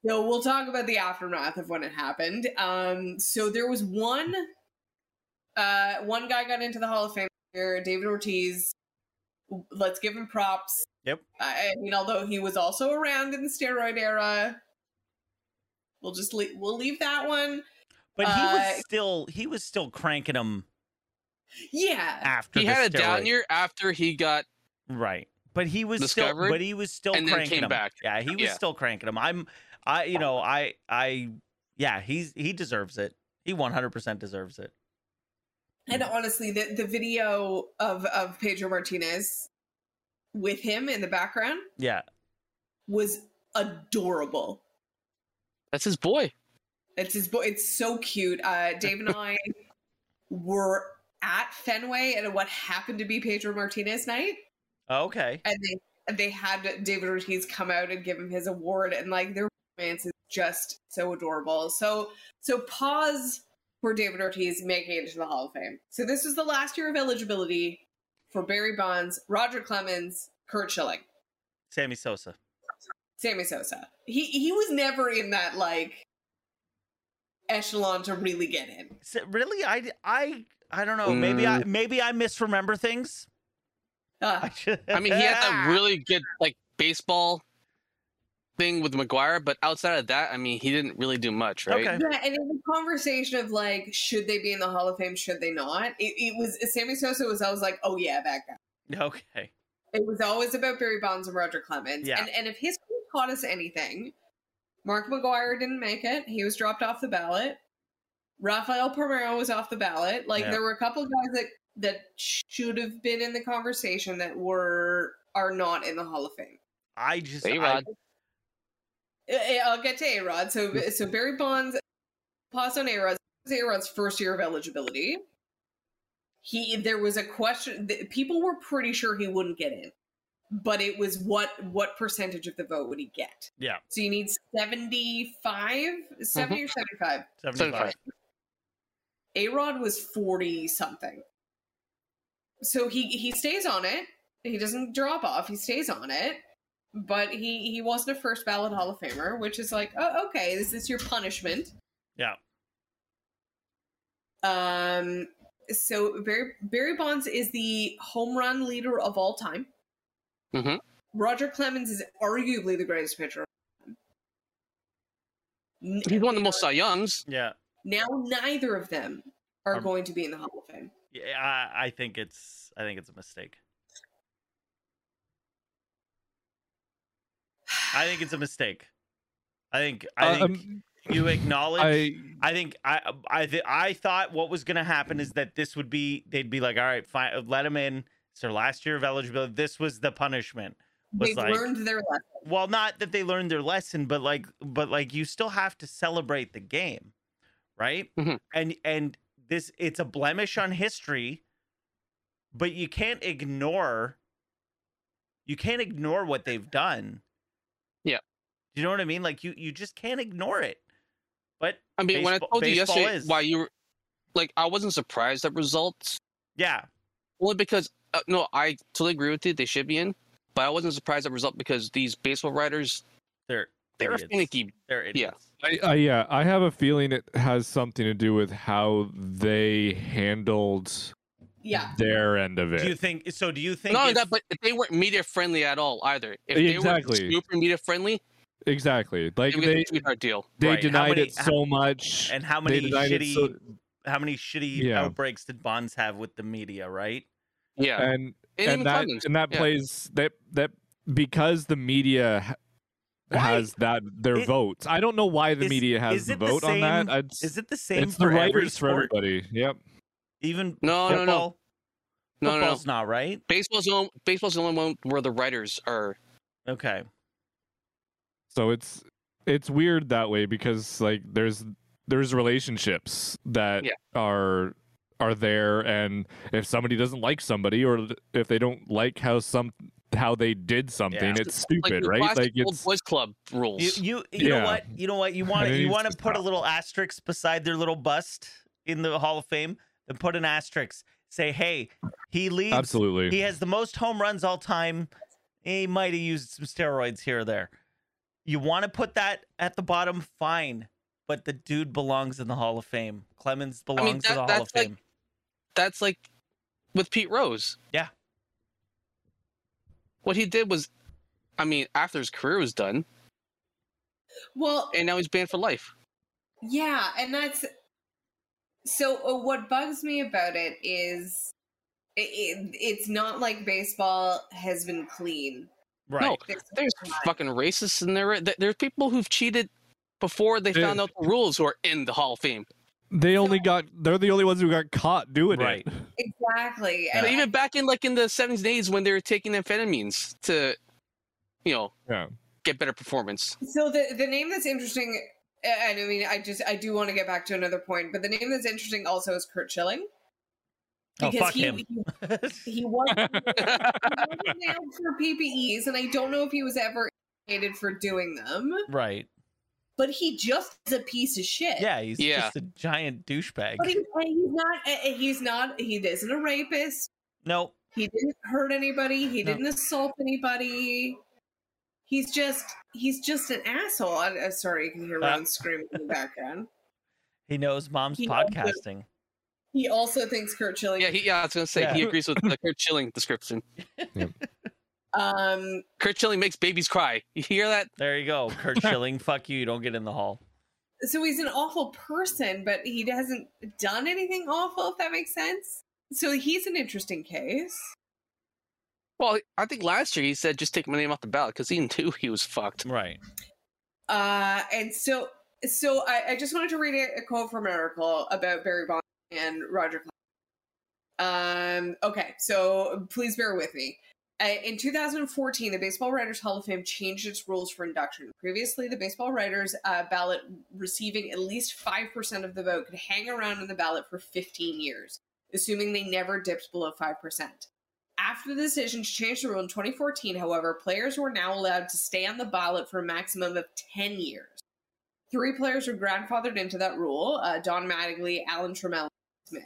C: No, we'll talk about the aftermath of when it happened. Um, so there was one, uh, one guy got into the Hall of Fame here, David Ortiz. Let's give him props.
B: Yep.
C: I I mean, although he was also around in the steroid era, we'll just leave, we'll leave that one.
B: But he was
C: Uh,
B: still he was still cranking them
C: Yeah,
B: after
E: uh, He
B: the
E: had a down
B: steroid.
E: year after he got
B: Right. But he was
E: Discovered,
B: still but he was still
E: and then
B: cranking
E: came
B: him.
E: back.
B: Yeah, he was
E: Yeah.
B: still cranking him. I'm I you know, I I yeah, he's he deserves it. He 100% deserves it.
C: and honestly, the the video of of Pedro Martinez with him in the background
B: Yeah.
C: was adorable.
E: that's his boy.
C: It's his boy. It's so cute. Uh, Dave and I were at Fenway at what happened to be Pedro Martinez night,
B: Okay.
C: and they and they had David Ortiz come out and give him his award, and like their romance is just so adorable. So so pause for David Ortiz making it to the Hall of Fame. So this was the last year of eligibility for Barry Bonds, Roger Clemens, Kurt Schilling,
B: Sammy Sosa.
C: Sammy Sosa. He he was never in that like echelon to really get in.
B: S- Really? I I I don't know. Maybe
E: Mm.
B: I maybe I misremember things. <laughs>
C: Uh,
B: I, should-
E: I mean, he had
B: <laughs>
E: that really good like baseball thing with McGuire, but outside of that, I mean, he didn't really do much, right?
B: Okay.
C: yeah, and in the conversation of like, should they be in the Hall of Fame? Should they not? It, it was Sammy Sosa was always like, oh yeah, that guy.
B: Okay.
C: It was always about Barry Bonds and Roger Clemens.
B: Yeah.
C: And and if history taught us anything, Mark McGuire didn't make it. He was dropped off the ballot. Rafael Palmeiro was off the ballot. Like
B: Yeah.
C: there were a couple of guys that that should have been in the conversation that were are not in the Hall of Fame.
B: I just I-
E: A-Rod.
C: Uh, I'll get to A Rod. So, so Barry Bonds, pause on A Rod's A Rod's first year of eligibility. He there was a question. th- People were pretty sure he wouldn't get in, but it was what what percentage of the vote would he get?
B: Yeah.
C: So you need 75, 70 or seventy five.
B: 75.
C: A Rod was forty something. So he he stays on it. He doesn't drop off. He stays on it. But he he wasn't a first ballot Hall of Famer, which is like, oh okay, this is your punishment.
B: Yeah.
C: Um. So Barry Barry Bonds is the home run leader of all time.
E: Mhm.
C: Roger Clemens is arguably the greatest pitcher. of all time.
E: He's one of the most Cy Youngs.
B: Yeah.
C: Now neither of them are
B: Um,
C: going to be in the Hall of Fame.
B: Yeah, I, I think it's I think it's a mistake. I think it's a mistake. I think I think
F: Um,
B: <laughs> you acknowledge. I,
F: I
B: think I I th- I thought what was going to happen is that this would be they'd be like, all right, fine, let him in. It's their last year of eligibility. This was the punishment. Was
C: They've
B: like-
C: learned their lesson.
B: Well, not that they learned their lesson, but like, but like, you still have to celebrate the game, right?
E: Mhm.
B: And and this it's a blemish on history, but you can't ignore. You can't ignore what they've done.
E: Yeah.
B: Do you know what I mean? Like you you just can't ignore it. But
E: I mean, when I
B: Baseball-
E: told you
B: baseball
E: yesterday
B: is.
E: why you were like, I wasn't surprised at results
B: yeah,
E: only because uh, no, I totally agree with you. They should be in, but I wasn't surprised at the result because these baseball writers
B: they're
E: they're
B: idiots.
E: finicky.
B: They're idiots.
F: I, I yeah, I have a feeling it has something to do with how they handled
C: Yeah.
F: their end of it.
B: Do you think so? Do you think
E: Not only
B: if-
E: that, but they weren't media friendly at all either. If they
F: Exactly.
E: were super media friendly,
F: exactly.
E: they
F: Like
E: would get
F: they
E: a sweetheart deal.
F: they
B: Right, how
F: denied
B: many-
F: it so much.
B: and how
F: They
B: many
F: denied
B: shitty
F: it so,
B: how many shitty
F: Yeah.
B: outbreaks did Bonds have with the media? Right.
E: Yeah,
F: and
E: and,
F: and
E: even
F: that
E: Clemens.
F: and that
E: yeah.
F: plays that that because the media ha-
B: Why-
F: has that their
B: It-
F: votes. I don't know why the
B: Is-
F: media has
B: is
F: the
B: it the
F: vote on
B: same-
F: that. I'd,
B: Is it the same
F: it's the
B: for every
F: writers for
B: sport?
F: everybody. Yep.
B: Even
E: No, no, no.
B: football?
E: No, no, no.
B: Football's not right.
E: Baseball's the only, baseball's the only one where the writers are.
B: Okay.
F: So it's it's weird that way because like there's there's relationships that
E: Yeah.
F: are are there and if somebody doesn't like somebody or th- if they don't like how some how they did something
B: Yeah.
F: it's stupid
E: the
F: right
E: classic
F: like it's
E: old boys club rules.
B: You you, you know
F: Yeah.
B: what? You know what? You want to
F: It
B: you
F: needs
B: want
F: to
B: to put a
F: stop.
B: little asterisk beside their little bust in the Hall of Fame, then put an asterisk. Say, hey, he leads.
F: absolutely
B: He has the most home runs all time. He might have used some steroids here or there. You want to put that at the bottom, fine. But the dude belongs in the Hall of Fame. Clemens belongs
E: that-
B: to the Hall
E: that's
B: of
E: like-
B: Fame.
E: That's like with Pete Rose.
B: Yeah.
E: What he did was, I mean, after his career was done,
B: Mm-hmm.
C: Well,
E: and now he's banned for life.
C: yeah, and that's so. Uh, what bugs me about it is it, it, it's not like baseball has been clean.
B: Right.
E: No,
C: This
E: there's
C: time.
E: fucking racists in there. There- There's people who've cheated before they
F: Yeah.
E: found out the rules who are in the Hall of Fame.
F: they only got they're the only ones who got caught doing
E: <laughs>
B: Right.
F: it
C: exactly,
B: Yeah.
C: and
E: But even back in like in the 70s and 80s when they were taking amphetamines to, you know,
F: yeah
E: get better performance.
C: So the the name that's interesting, and I mean, I just I do want to get back to another point, but the name that's interesting also is Kurt Schilling.
B: Oh, fuck
C: he,
B: him.
E: <laughs>
B: <laughs>
C: he he was he
F: <laughs>
C: was nailed for PPEs, and I don't know if he was ever hated for doing them,
B: right.
C: but he just is a piece of shit.
B: Yeah, he's
E: Yeah.
B: just a giant douchebag.
C: but he, and he's not. and He's not. He isn't a rapist.
B: no,
C: He didn't hurt anybody. He
B: No.
C: didn't assault anybody. He's just he's just an asshole. I, am sorry, you can hear Ron screaming in the background.
B: he knows mom's
C: He knows that-
B: podcasting.
C: He also thinks Kurt Schilling.
E: Yeah, he, yeah, I was gonna say he
B: Yeah.
E: agrees with the Kurt Schilling description.
C: um,
E: Kurt Schilling makes babies cry. You hear that?
B: There you go,
E: <laughs>
B: Kurt Schilling. Fuck you. You don't get in the hall.
C: so he's an awful person, but he hasn't done anything awful, if that makes sense. So he's an interesting case.
E: Well, I think last year he said just take my name off the ballot because he knew he was fucked.
B: Right.
C: Uh, and so, so I, I just wanted to read a, a quote from an article about Barry Bond and Roger. Clemens. Um, okay, so please bear with me. Uh, in 2014, the Baseball Writers Hall of Fame changed its rules for induction. Previously, the baseball writers uh, ballot receiving at least 5% of the vote could hang around in the ballot for 15 years, assuming they never dipped below 5%. After the decision to change the rule in 2014, however, players were now allowed to stay on the ballot for a maximum of 10 years. Three players were grandfathered into that rule uh, Don Mattingly, Alan Trammell, and Smith.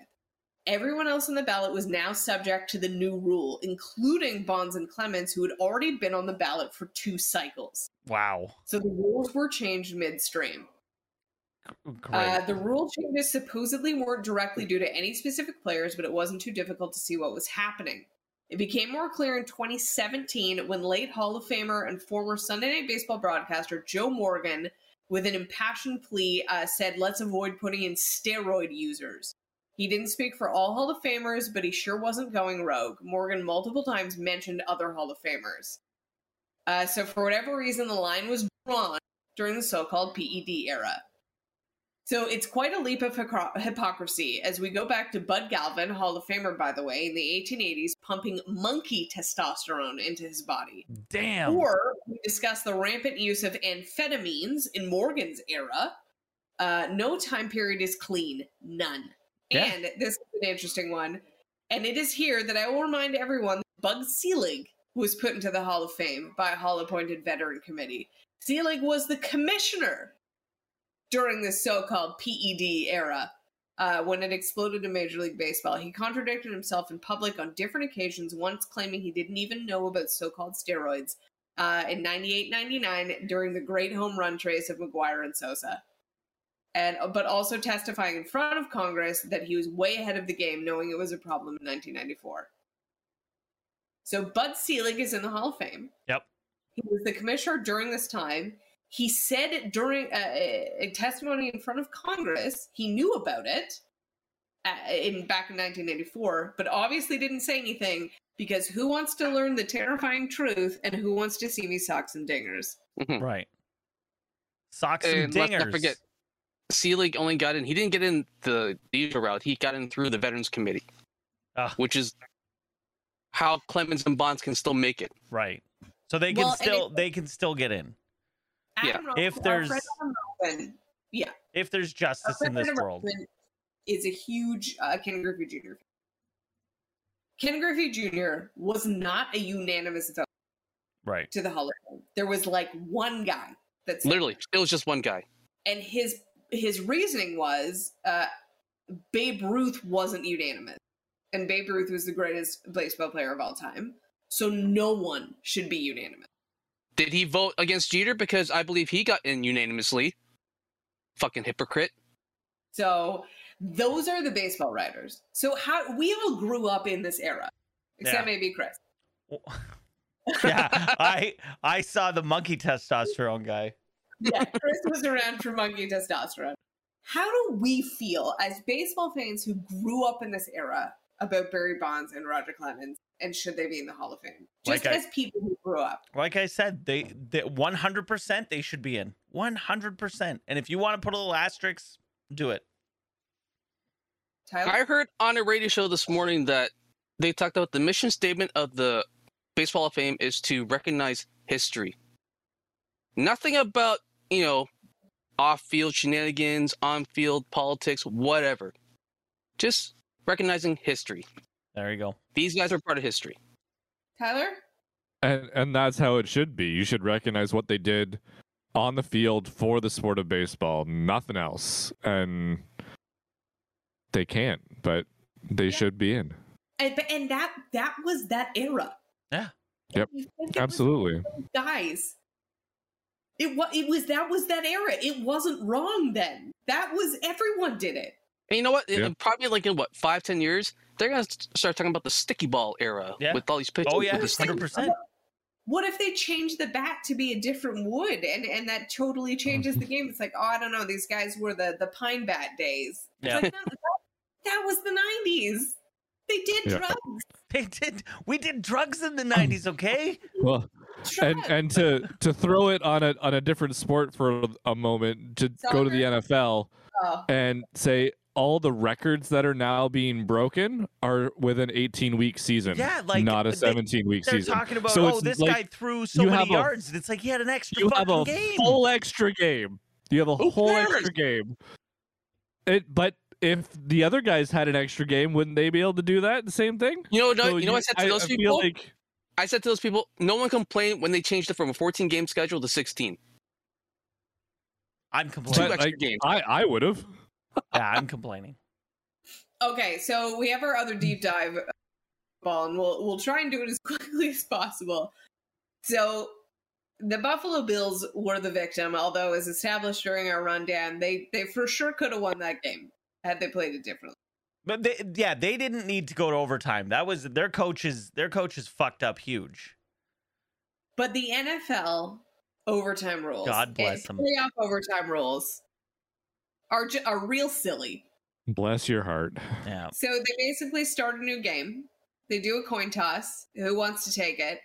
C: Everyone else on the ballot was now subject to the new rule, including Bonds and Clemens, who had already been on the ballot for two cycles.
B: Wow.
C: So the rules were changed midstream.
B: G- Great.
C: Uh, the rule changes supposedly weren't directly due to any specific players, but it wasn't too difficult to see what was happening. It became more clear in 2017 when late Hall of Famer and former Sunday Night Baseball broadcaster Joe Morgan, with an impassioned plea, uh, said, Let's avoid putting in steroid users. He didn't speak for all Hall of Famers, but he sure wasn't going rogue. Morgan multiple times mentioned other Hall of Famers. Uh, so, for whatever reason, the line was drawn during the so called PED era. So it's quite a leap of hycro- hypocrisy as we go back to Bud Galvin, Hall of Famer, by the way, in the 1880s, pumping monkey testosterone into his body.
B: Damn.
C: Or we discuss the rampant use of amphetamines in Morgan's era. Uh, no time period is clean, none.
B: Yeah.
C: And this is an interesting one. And it is here that I will remind everyone that Bug Selig was put into the Hall of Fame by a Hall appointed veteran committee. Selig was the commissioner during the so called PED E era. Uh, when it exploded in Major League Baseball, he contradicted himself in public on different occasions, once claiming he didn't even know about so called steroids uh, in 98 99 during the great home run trace of McGuire and Sosa and but also testifying in front of Congress that he was way ahead of the game, knowing it was a problem in 1994. So Bud Selig is in the Hall of Fame.
B: Yep.
C: He was the commissioner during this time. He said during uh, a testimony in front of Congress he knew about it uh, in back in 1984, but obviously didn't say anything because who wants to learn the terrifying truth and who wants to see me socks and dingers?
B: Right. Socks and,
E: And
B: dingers.
E: let's not forget- Selig only got in. He didn't get in the usual route. He got in through the Veterans Committee,
B: Ah.
E: which is how Clemens and Bonds can still make it.
B: Right. So they can
C: Well, and
B: still
C: it-
B: they can still get in
E: Yeah,
C: Adam
B: if
C: Roth- our
B: there's-
C: friend Adam Rothman-
B: if there's justice in this world.
C: is a huge uh, Ken Griffey Jr. fan. Ken Griffey Jr. was not a unanimous vote <laughs>
B: Right. <laughs>
C: to the Hall of Fame. There was like one guy that said
E: Literally, it was just one guy.
C: and his his reasoning was uh, Babe Ruth wasn't unanimous, and Babe Ruth was the greatest baseball player of all time, so no one should be unanimous.
E: Did he vote against Jeter because I believe he got in unanimously? Fucking hypocrite.
C: So those are the baseball writers. So how we all grew up in this era, except maybe Chris.
B: Well, yeah, I I saw the monkey testosterone guy.
C: Yeah, <laughs> Chris was around for monkey testosterone. How do we feel as baseball fans who grew up in this era about Barry Bonds and Roger Clemens, and should they be in the Hall of Fame? Just
B: Like I-
C: as people who grew up.
B: Like I said, they they 100% they should be in. 100%. And if you want to put a little asterisk, do it.
C: Tyler?
E: I heard on a radio show this morning that they talked about the mission statement of the Baseball Hall of Fame is to recognize history. Nothing about, you know, off field shenanigans, on field politics, whatever. Just recognizing history.
B: There you go.
E: These guys are part of history.
C: Tyler?
F: And and that's how it should be. You should recognize what they did on the field for the sport of baseball, nothing else. And they can't, but they should be in.
C: And, but- and that that was that era.
B: Yeah.
F: Yep.
C: You think it was
F: Absolutely.
C: those guys. It was it was that was that era. It wasn't wrong then. That was everyone did it.
E: And you know what? In-
F: Yeah.
E: in Probably like in what, five, ten years, they're going to start talking about the sticky ball era
B: Yeah.
E: with all these pitches.
B: Oh
E: with
B: yeah,
E: the sticky-
B: 100%.
C: What if they change the bat to be a different wood and and that totally changes the game? It's like, oh, I don't know, these guys were the the pine bat days. It's
B: Yeah.
C: like, no, that, that was the 90s. They did
F: Yeah.
C: drugs.
B: They did we did drugs in the
F: Um,
B: 90s,
F: <laughs>
B: okay?
F: Well,
C: drugs.
F: and and to to throw it on a on a different sport for a moment to go to the NFL
C: Oh,
F: and say all the records that are now being broken are with an 18 week season.
B: Yeah, like,
F: not a
B: they-
F: 17 week
B: They're
F: season.
B: talking about
F: So
B: oh
F: it's
B: this
F: like
B: guy threw so
F: you
B: many
F: have a-
B: yards. and it's like he had an extra
F: you have
B: fucking
F: a
B: game.
F: full extra game. You have a
E: Who
F: whole
E: cares?
F: extra game. It, but if the other guys had an extra game, wouldn't they be able to do that? The same thing.
E: You know, what?
F: So
E: you, know what I said to those
F: I
E: people?
F: Feel like,
E: I said to those people, no one complained when they changed it from a 14 game schedule to 16.
B: I'm
F: <laughs>
E: Two
B: complaining.
F: But,
E: extra
F: like,
E: games.
F: I I would have.
B: yeah, I'm complaining.
C: Okay, so we have our other deep dive uh, ball, and we'll we'll try and do it as <laughs> quickly as possible. So the Buffalo Bills were the victim, although as established during our rundown, they they for sure could have won that game had they played it differently.
B: But they, yeah, they didn't need to go to overtime. That was their coaches. Their coaches fucked up
C: <sighs>
B: huge.
C: But the NFL overtime rules,
B: God bless
C: and
B: them.
C: playoff overtime rules, are ju- are real silly.
F: Bless your heart.
B: Yeah,
C: So they basically start a new game. They do a coin toss. Who wants to take it?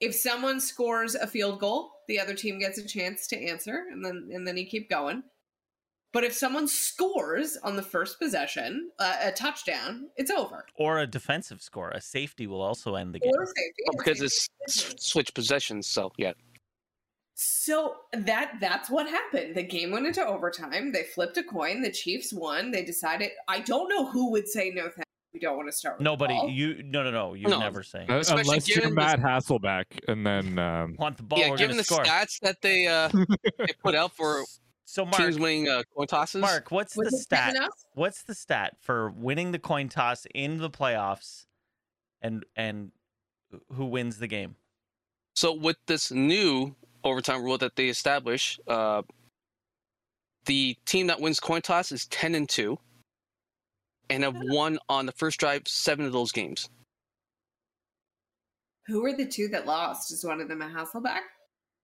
C: If someone scores a field goal, the other team gets a chance to answer, and then and then you keep going. But if someone scores on the first possession, uh, a touchdown, it's over.
B: or a defensive score, a safety will also end the game.
C: Or safety.
E: Well, Oh, because it's s- switch possessions, so yeah.
C: So that that's what happened. The game went into overtime. They flipped a coin. The Chiefs won. They decided. I don't know who would say no. Thanks. We don't want to start. With the
B: Nobody,
C: ball."
B: you no no no, you
E: No.
B: never say.
F: Uh,
E: Especially
F: Unless you're
E: given the-
F: Matt Hasselback, and then um,
B: Want the ball?
E: yeah,
B: we're
E: given
B: gonna
E: the
B: score.
E: stats that they uh they put out for
B: so Mark,
E: teams winning uh, coin tosses,
B: Mark, what's
C: Was
B: the
C: it bad
B: stat?
C: enough?
B: What's the stat for winning the coin toss in the playoffs, and and who wins the game?
E: so with this new overtime rule that they establish, uh, the team that wins coin toss is ten and two, and have won on the first drive seven of those games.
C: Who were the two that lost? Is one of them a Hasselback?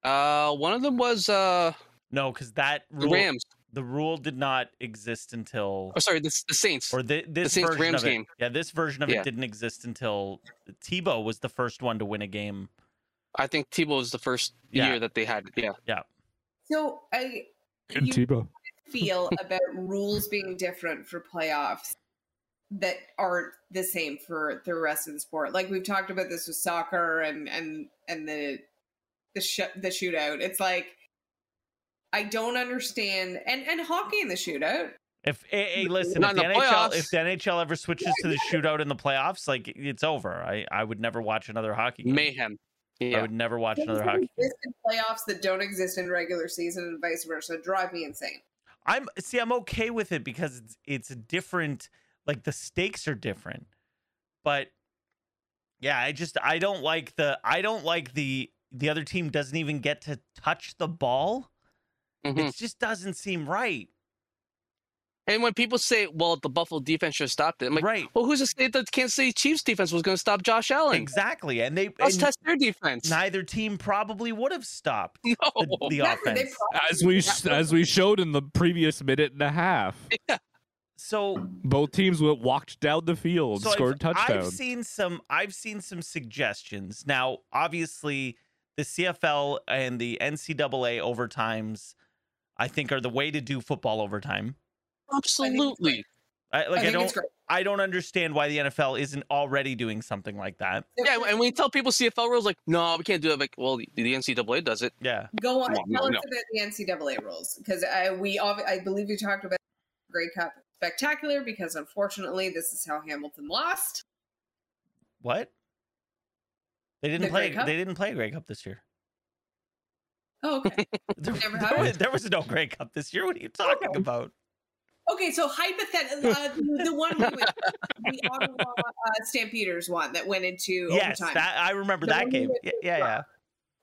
E: Uh, one of them was uh
B: No, because that
E: the
B: rule,
E: Rams.
B: the rule did not exist until
E: Oh, sorry, the, the Saints.
B: or thi- this
E: Saints
B: version
E: Rams
B: of it.
E: game.
B: Yeah, this version of
E: Yeah.
B: it didn't exist until Tebow was the first one to win a game.
E: I think Tebow was the first
B: Yeah.
E: year that they had. Yeah.
C: So I
F: Good
C: You-
F: Tebow.
C: feel about rules being different for playoffs that aren't the same for the rest of the sport. Like we've talked about this with soccer and and and the the sh- the shootout. It's like I don't understand and and hockey in the shootout.
B: If hey, hey, listen,
E: Not
B: if
E: in
B: the,
E: the
B: NHL,
E: playoffs.
B: if the NHL ever switches to the shootout in the playoffs, like it's over. I, I would never watch another hockey game.
E: Mayhem.
B: I
E: Yeah.
B: would never watch
C: Things
B: another
C: that <laughs>
B: hockey. Game.
C: exist in playoffs that don't exist in regular season and vice versa drive me insane.
B: I'm see, I'm okay with it because it's it's different. Like the stakes are different, but yeah, I just I don't like the I don't like the the other team doesn't even get to touch the ball.
E: Mhm.
B: It just doesn't seem right.
E: And when people say, "Well, the Buffalo defense should have stopped it," I'm like,
B: right.
E: "Well, who's to say that the Kansas City Chiefs defense was going to stop Josh Allen?
B: Exactly. And they
E: Let's
B: and
E: test their defense."
B: neither team probably would have stopped
E: <laughs> no.
B: the, the
C: Exactly,
B: offense.
C: They
F: As we sh- as we showed in the previous minute and a half,
B: So
F: both teams went walked down the field,
B: So I've-
F: scored
B: I've
F: touchdowns.
B: seen some. I've seen some suggestions. Now, obviously, the CFL and the NCAA overtimes, I think, are the way to do football overtime. <laughs>
E: Absolutely.
B: I,
C: I
B: like I,
C: think it's
B: don't.
C: great.
B: I don't understand why the NFL isn't already doing something like that.
E: Yeah, and when you tell people CFL rules, like, no, we can't do it. Like, well, the the NCAA does it.
B: Yeah.
C: Go on,
E: Come on,
C: tell
E: no,
C: us about the NCAA rules because I we ob- I believe you talked about Grey Cup spectacular because unfortunately this is how Hamilton lost.
B: What? They didn't
C: The
B: play.
C: Grey Cup?
B: They didn't play a Grey Cup this year.
C: Oh,
E: <laughs>
C: okay.
B: There, <laughs>
C: Never Oh.
B: there
C: had
B: was,
C: it?
B: there was no Grey Cup this year. What are you talking
C: Okay.
B: about?
C: Okay, so hypothetically, uh, the- the one we went, the Ottawa uh, Stampeders one that went into
B: Yes,
C: overtime.
B: that I remember
C: The
B: that
C: one we
B: game.
C: went
B: Yeah, yeah, yeah.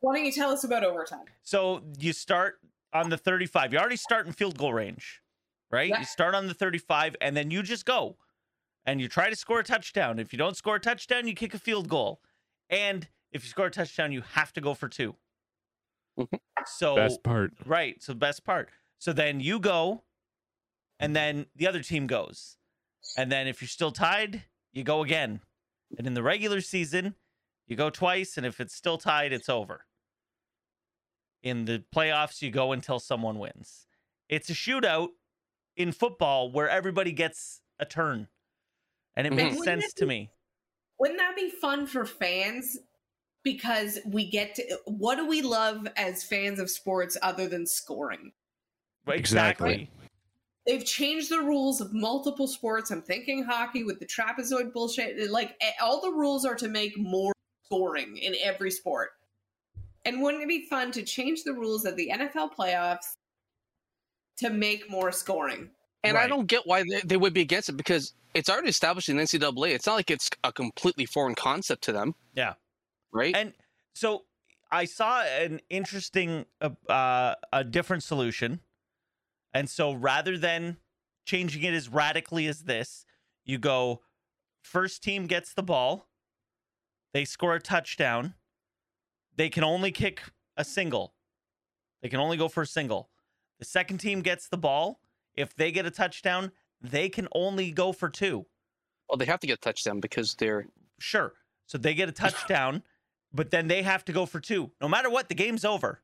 C: Why don't you tell us about overtime?
B: So you start on the 35. You already start in field goal range, right?
C: Yeah.
B: You start on the 35, and then you just go and you try to score a touchdown. If you don't score a touchdown, you kick a field goal. And if you score a touchdown, you have to go for two.
E: Mhm.
B: So,
F: Best part.
B: right. So, best part. So then you go, and then the other team goes. And then if you're still tied, you go again. And in the regular season, you go twice, and if it's still tied, it's over. In the playoffs, you go until someone wins. It's a shootout in football where everybody gets a turn. And it
E: Mhm.
B: makes
C: Wouldn't
B: sense
C: it
B: to
C: be-
B: me.
C: Wouldn't that be fun for fans? Because we get to what do we love as fans of sports other than scoring?
F: Exactly.
C: They've changed the rules of multiple sports. I'm thinking hockey with the trapezoid bullshit. Like eh, all the rules are to make more scoring in every sport. And wouldn't it be fun to change the rules of the NFL playoffs to make more scoring?
E: And
B: Right.
E: I don't get why they, they would be against it because it's already established in NCAA. It's not like it's a completely foreign concept to them.
B: Yeah.
E: Right?
B: And so I saw an interesting, uh, uh, a different solution. And so rather than changing it as radically as this, you go first team gets the ball, they score a touchdown, they can only kick a single, they can only go for a single. The second team gets the ball, if they get a touchdown, they can only go for two
E: well, they have to get a touchdown because they're.
B: sure. So they get a touchdown, but then they have to go for two. No matter what, the game's over.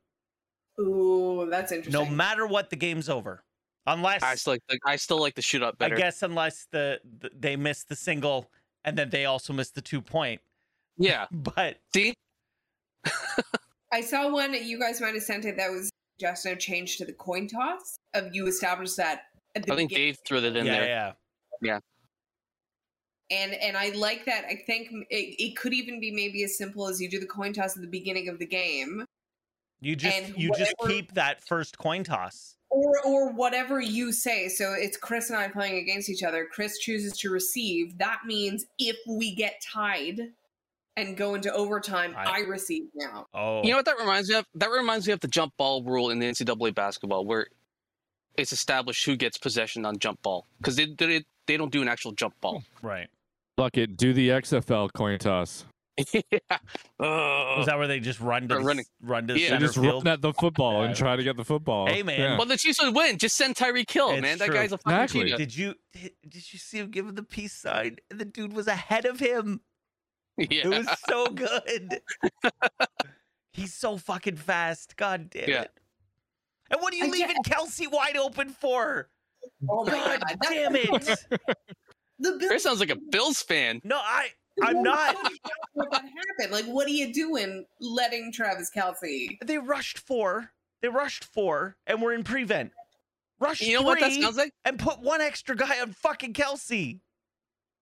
C: Ooh, that's
B: No
C: interesting.
B: matter what, the game's over. Unless
E: I
B: I,
E: still like the, I still like the shootout better.
B: guess unless the, the they miss the single and then they also miss the two point.
E: Yeah.
B: But
E: See,
C: I saw one that you guys might have sent it that was just a change to the coin toss of you established that at the
E: I think
C: beginning.
E: Dave threw that in
B: yeah,
E: there.
B: yeah.
C: and and I like that. I think it, it could even be maybe as simple as you do the coin toss at the beginning of the game,
B: You just
C: And
B: you just
C: whatever-
B: keep that first coin toss.
C: or or whatever you say. So it's Chris and I playing against each other. Chris chooses to receive. That means if we get tied and go into overtime,
B: I-
C: I, receive now.
B: Oh,
E: You know what that reminds me of? That reminds me of the jump ball rule in the NCAA basketball, where it's established who gets possession on jump ball because they, they they don't do an actual jump ball.
B: right.
F: Fuck it. Do the XFL coin toss.
E: yeah. Ugh.
B: Is Hmm. that where they just run to
E: Or
B: the,
E: Oh. running.
B: s- run to the
E: Yeah.
F: They
B: center
F: just
B: field?
F: run at the football
B: Yeah.
F: and try to get the football.
B: Hey, man.
E: well, the Chiefs would win. Just send Tyreek Hill,
B: It's
E: man. That
B: true.
E: guy's a fucking
F: Exactly.
E: cheater.
B: Did you did you see him give him the peace sign? The dude was ahead of him.
E: <laughs> Yeah.
B: <laughs> It was so good. He's so fucking fast. God damn
E: Yeah.
B: it. And what are you
C: I ju-
B: leaving Kelsey wide open for?
C: Oh my
B: God
C: god! That's
B: damn it.
C: the Bills
E: Chris sounds like a Bills fan.
B: No, I I'm not.
C: What that happened? Like, what are you doing, letting Travis Kelsey?
B: They rushed four. They rushed four and we're in prevent. Rush
E: You know
B: three
E: what that sounds like?
B: and put one extra guy on fucking Kelsey.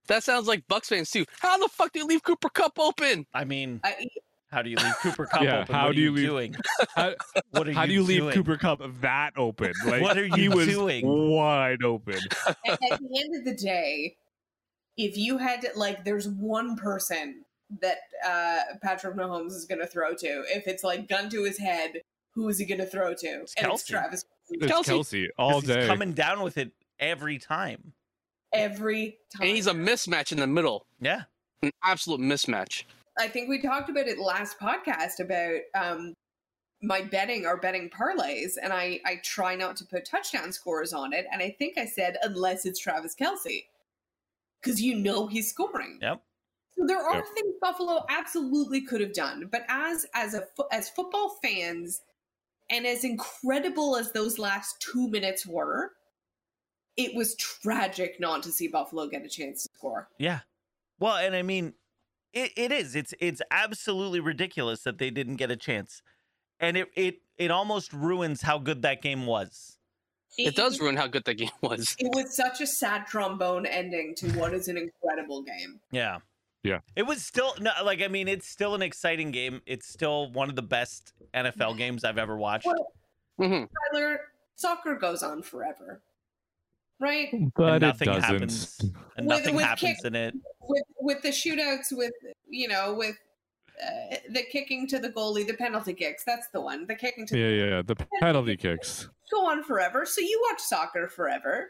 E: That sounds like Bucks fans too. How the fuck do you leave Cooper Cup open?
B: I mean,
C: I,
B: how do you leave Cooper Cup
F: Yeah,
B: open?
F: how
B: what
F: do you
B: are you
F: leave-
B: doing?
F: How,
B: What are
F: <laughs> how do you leave
B: doing?
F: Cooper Cup that
B: <laughs>
F: open? Like
B: What are
F: he
B: you
F: was
B: doing? <laughs>
F: wide open.
C: at, at the end of the day, if you had to, like, there's one person that uh, Patrick Mahomes is going to throw to. If it's like gun to his head, who is he going to throw to?
B: It's
C: and it's
B: Kelsey.
C: Travis
F: It's Kelsey,
E: Kelsey-
F: all
B: 'Cause
F: day.
B: He's coming down with it every time.
C: every time.
E: And he's a mismatch in the middle.
B: Yeah.
E: An absolute mismatch.
C: I think we talked about it last podcast about um, my betting or betting parlays, and I I try not to put touchdown scores on it, and I think I said unless it's Travis Kelsey, because you know he's scoring.
B: Yep.
C: So there are
F: Yep.
C: things Buffalo absolutely could have done, but as as a fo- as football fans, and as incredible as those last two minutes were, it was tragic not to see Buffalo get a chance to score.
B: Yeah. Well, and I mean, it, it is. It's it's absolutely ridiculous that they didn't get a chance, and it it it almost ruins how good that game was.
E: It does ruin how good that <laughs> game was.
C: It was such a sad trombone ending to what is an incredible game.
B: Yeah.
F: Yeah.
B: It was still no, like I mean, it's still an exciting game. It's still one of the best NFL games I've ever watched.
C: Well,
E: hmm
C: Tyler, soccer goes on forever, right?
F: but
B: and
F: it
B: nothing
F: doesn't.
B: happens. And
C: With-
B: nothing
C: with
B: happens
C: kick-
B: in it.
C: With with the shootouts, with you know, with uh, the kicking to the goalie, the penalty kicks. That's the one. The kicking to
F: Yeah, yeah, yeah. The penalty kicks.
C: go on forever. So you watch soccer forever.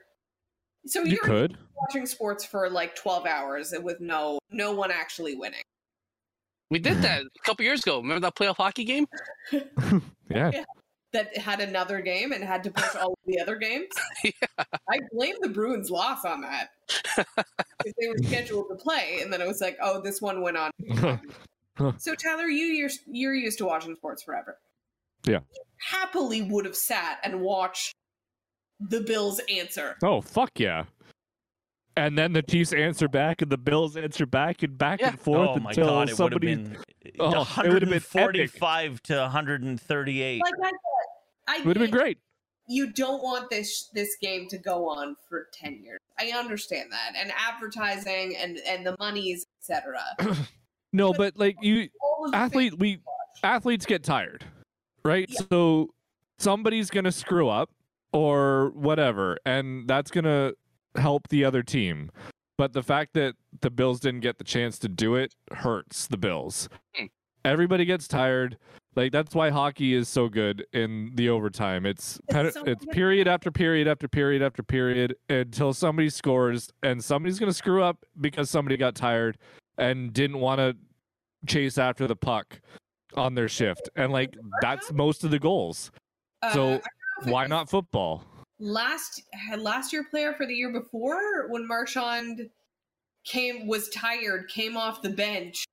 C: So
F: You
C: you're
F: could.
C: watching sports for like twelve hours with no no one actually winning.
E: We did that a couple years ago. Remember that playoff hockey game?
F: Yeah. <laughs>
C: That had another game and had to push all of the other
F: <laughs>
C: games.
E: Yeah.
C: I blame the Bruins' loss on that. 'Cause they were scheduled to play, and then it was like, oh, this one went on. So Tyler, you you're you're used to watching sports forever.
F: Yeah.
C: You happily would have sat and watched the Bills answer.
F: oh, fuck yeah. And then the Chiefs answer back, and the Bills answer back, and back
E: Yeah.
F: and forth
B: oh my
F: until
B: god, it
F: somebody.
B: would have been
F: Oh, it would've been epic.
B: 145 to 138.
C: Like I said, I
F: It would have been
C: get
F: great.
C: You don't want this this game to go on for ten years. I understand that, and advertising and and the monies, etc.
F: No, but like you,
C: All of the
F: athlete
C: things-
F: we athletes get tired right
C: Yeah.
F: so somebody's gonna screw up or whatever and that's gonna help the other team but the fact that the bills didn't get the chance to do it hurts the bills
C: Hmm.
E: Mm.
F: everybody gets tired like that's why hockey is so good in the overtime it's
C: It's
F: pe-
C: so
F: it's
C: good.
F: period after period after period after period until somebody scores and somebody's gonna screw up because somebody got tired and didn't want to chase after the puck on their shift. And like that's most of the goals.
C: Uh,
F: so
C: I don't know if it
F: Why
C: was
F: not football?
C: Last had last year player for the year before when Marchand came was tired, came off the bench,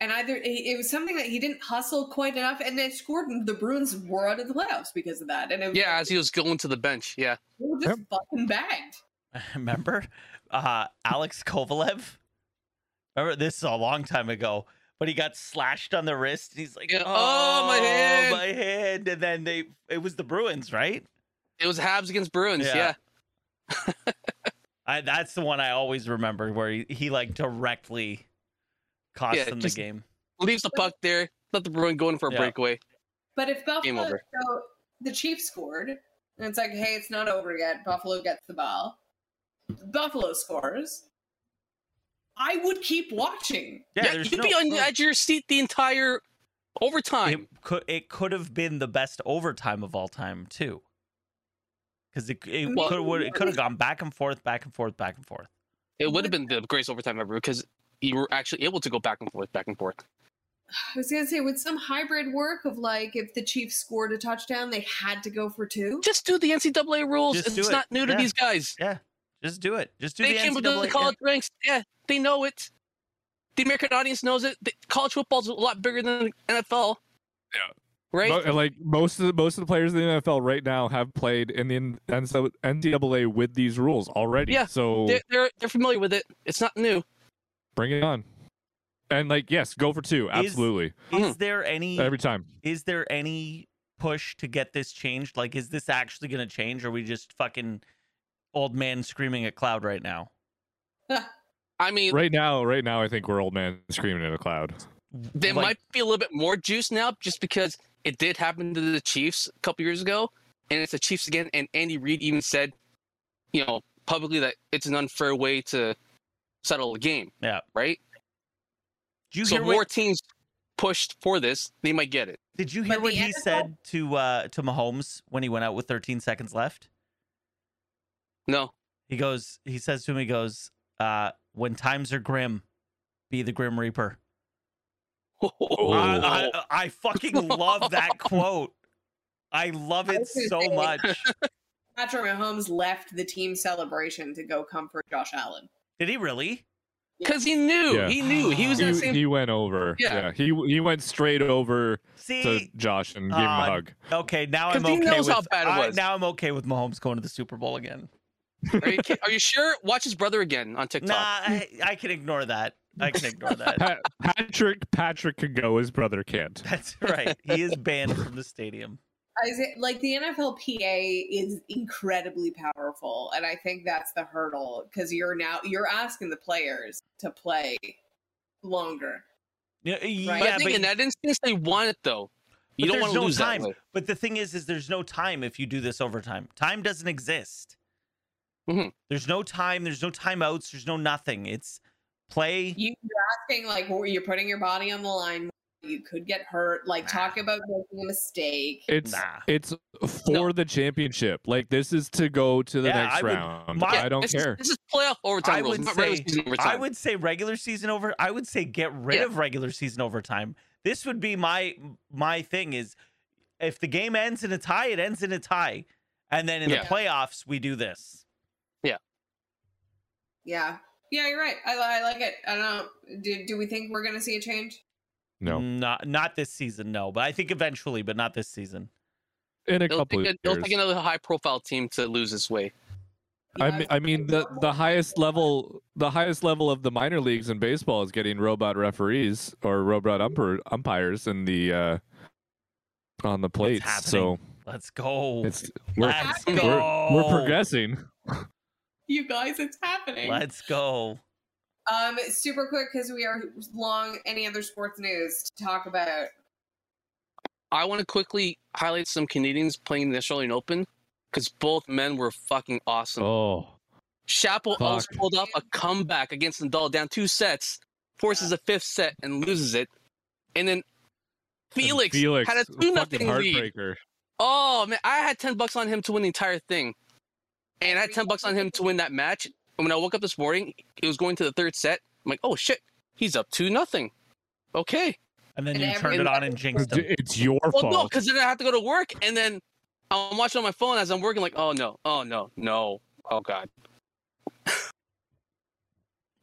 C: and either it it was something that he didn't hustle quite enough, and they scored, and the Bruins were out of the playoffs because of that, and it was
E: Yeah, as he was going to the bench. Yeah.
C: they were just fucking bagged.
B: <laughs> Remember uh, Alex Kovalev? Remember this is a long time ago, but he got slashed on the wrist. And he's like,
E: Yeah,
B: oh,
E: "Oh, my hand."
B: my hand. And then they, it was the Bruins, right?
E: It was Habs against Bruins.
B: Yeah.
E: Yeah.
B: I, that's the one I always remember where he, he like directly cost
E: Yeah,
B: them
E: just-
B: the game.
E: Leaves the puck there. Let the Bruin go in for a
B: Yeah.
E: breakaway.
C: But if Buffalo,
E: over.
C: so the Chiefs scored, and it's like, hey, it's not over yet. Buffalo gets the ball. Buffalo scores. I would keep watching.
B: Yeah,
E: Yeah,
B: there's
E: you'd
B: no,
E: be on,
B: proof.
E: at your seat the entire overtime.
B: it could it could have been the best overtime of all time too, because it it
C: Well-
B: could would it could have gone back and forth, back and forth, back and forth.
E: It would have been the greatest overtime ever because you were actually able to go back and forth, back and forth.
C: I was gonna say, would some hybrid work of like if the Chiefs scored a touchdown, they had to go for two?
E: Just do the NCAA rules.
B: Just do
E: it's
B: it.
E: not new to
B: Yeah.
E: these guys.
B: Just do it. Just do
E: they
B: the
E: came within
B: NCAA.
E: the college ranks. Yeah, they know it. The American audience knows it. The, college football's a lot bigger than the NFL.
F: Yeah.
E: Right?
F: Mo- and, like most of the most of the players in the NFL right now have played in the N- NCAA NCAA with these rules already.
E: Yeah,
F: So
E: they're, they're they're familiar with it. It's not new.
F: bring it on. And like yes, go for two.
B: Is-
F: Absolutely.
E: Uh-huh.
B: Yeah. Is there any
F: Every time.
B: is there any push to get this changed? Like, is this actually going to change? Or are we just fucking old man screaming at cloud right now?
E: I mean,
F: Right now, right now, I think we're old man screaming at a cloud.
E: there
B: Like,
E: might be a little bit more juice now just because it did happen to the Chiefs a couple years ago, and it's the Chiefs again. And Andy Reid even said, you know, publicly that it's an unfair way to settle the game,
B: Yeah.
E: right?
B: Did you
E: so
B: hear
E: more
B: what,
E: teams pushed for this, they might get it.
B: did you
C: But
B: hear what
C: the
B: he
C: NFL
B: said to uh, to Mahomes when he went out with 13 seconds left?
E: No,
B: He goes, he says to him, he goes, uh, when times are grim, be the Grim Reaper. Oh.
E: <laughs>
B: I, I, I fucking love that quote. I love
C: I
B: it
C: was gonna
B: so
C: say-
B: much.
C: Patrick Mahomes left the team celebration to go comfort Josh Allen.
B: Did he really?
E: because he knew,
F: Yeah.
E: he knew, he
B: <laughs>
E: was in
F: He,
E: the same.
F: he went over.
E: Yeah.
F: Yeah. He he went straight over to
B: See,
F: Josh and gave him
B: Uh,
F: a hug.
B: okay, now I'm
E: 'Cause he
B: okay
E: knows
B: with
E: how bad it
B: I-
E: was.
B: now I'm okay with Mahomes going to the Super Bowl again.
E: Are you, ki- are you sure? Watch his brother again on TikTok.
B: Nah, I, I can ignore that. I can ignore
E: <laughs>
B: that.
F: Pa- Patrick Patrick could go. His brother can't.
B: That's right. He is banned from the stadium.
C: Isaac, like the NFLPA is incredibly powerful, and I think that's the hurdle because you're now you're asking the players to play longer.
B: Yeah,
C: Right.
E: But
B: yeah,
E: I think
B: but,
E: in that instance, they want it though.
B: but
E: You don't
B: there's
E: want to
B: no
E: lose
B: time.
E: that. way.
B: But the thing is, is there's no time if you do this overtime. Time doesn't exist.
E: Mhm.
B: There's no time. There's no timeouts. There's no nothing. It's play.
C: You- You're asking like where you're putting your body on the line. You could get hurt. Like talk about making a mistake.
F: It's
B: Nah.
F: it's for the championship. Like this is to go to the
B: Yeah,
F: next
B: I would-
F: round.
B: my-
F: I don't
E: this is-
F: care.
E: this is playoff overtime
B: I
E: rules,
B: would
E: not regular
B: say-
E: season overtime.
B: I would say regular season over. I would say get rid
E: Yeah.
B: of regular season overtime. This would be my my thing is if the game ends in a tie, it ends in a tie, and then in
E: Yeah.
B: the playoffs we do this.
C: Yeah, yeah, you're right. I, li- I like it. I don't. Do do we think we're gonna see a change?
F: no,
B: Not not this season, no. But I think eventually, but not this season.
F: in a
E: It'll
F: couple
E: take,
F: of
E: a- it'll take
F: years.
E: another high-profile team to lose this way.
F: I
C: Yeah,
F: mean, I
C: <laughs>
F: mean the the highest level the highest level of the minor leagues in baseball is getting robot referees or robot umpir- umpires in the uh on the plates. So
B: Let's go.
F: it's we're
B: Let's
F: we're,
B: go.
F: we're progressing.
C: you guys, it's happening.
B: Let's go.
C: Um, super quick because we are long. Any other sports news to talk about?
E: I want to quickly highlight some Canadians playing the Australian Open because both men were fucking awesome.
F: Oh.
E: Chappell
F: fuck.
E: also pulled off a comeback against Nadal, down two sets, forces a fifth set and loses it, and then
F: And
E: Felix,
F: Felix
E: had a two
F: fucking
E: nothing lead.
F: heartbreaker.
E: Oh man, I had ten bucks on him to win the entire thing, and I had ten bucks on him to win that match. And when I woke up this morning, it was going to the third set. I'm like, oh shit, he's up two nothing. Okay,
B: And then
C: And
B: you turned it
C: everyone-
B: on and jinxed them.
F: It's your
E: Well, no,
F: fault.
E: because then I have to go to work, and then I'm watching on my phone as I'm working. Like, oh no, oh no, no, oh god.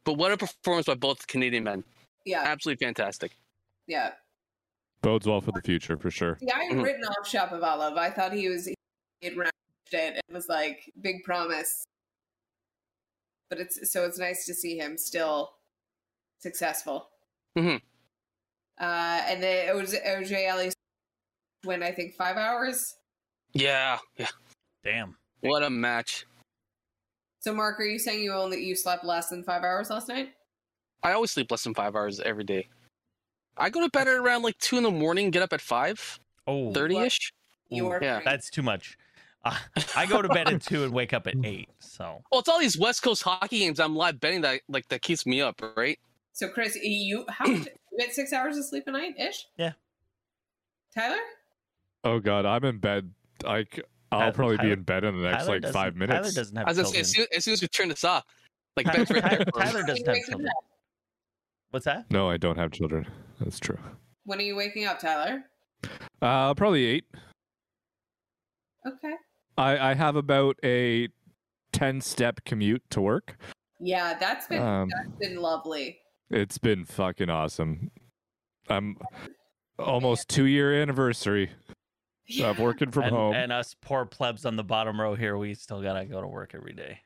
E: but what a performance by both Canadian men!
C: Yeah,
E: Absolutely fantastic.
C: yeah.
F: Bodes well for the future for sure.
C: Yeah, I had
E: Mhm.
C: written off Shapovalov. I thought he was it rounded it and was like big promise. But it's so it's nice to see him still successful.
E: Mhm.
C: Uh, and then it was OJ Ellis win I think five hours.
E: Yeah, yeah.
B: Damn.
E: What a match!
C: So Mark, are you saying you only you slept less than five hours last night?
E: I always sleep less than five hours every day. I go to bed at around like two in the morning, get up at five
B: Oh,
E: thirty ish.
C: You
F: Mm,
B: Ooh,
C: were
E: yeah,
C: free.
B: that's too much. Uh, I go to bed at two and wake up
F: <laughs>
B: at eight. So
E: Well, it's all these West Coast hockey games I'm live betting that like that keeps me up, right?
C: so Chris, you how
F: <clears throat>
C: much, you get six hours of sleep a night ish?
B: Yeah.
C: Tyler?
F: Oh god, I'm in bed. I c- I'll
B: Tyler-
F: probably
B: Tyler-
F: be in bed in the next
B: Tyler
F: like five
B: doesn't- Tyler
F: minutes.
B: doesn't have
E: I was gonna say
B: children.
E: as soon as, soon as we turn this off,
B: <laughs>
E: like
B: Tyler,
E: Ben's right there.
B: Tyler- Tyler doesn't have children. What's that?
F: No, I don't have children. That's true.
C: When are you waking up, Tyler?
F: Uh, probably eight.
C: Okay.
F: I I have about a ten step commute to work.
C: Yeah, that's been
F: Um,
C: that's been lovely.
F: it's been fucking awesome. I'm almost two year anniversary of working from
B: and,
F: home.
B: and us poor plebs on the bottom row here, we still gotta go to work every day.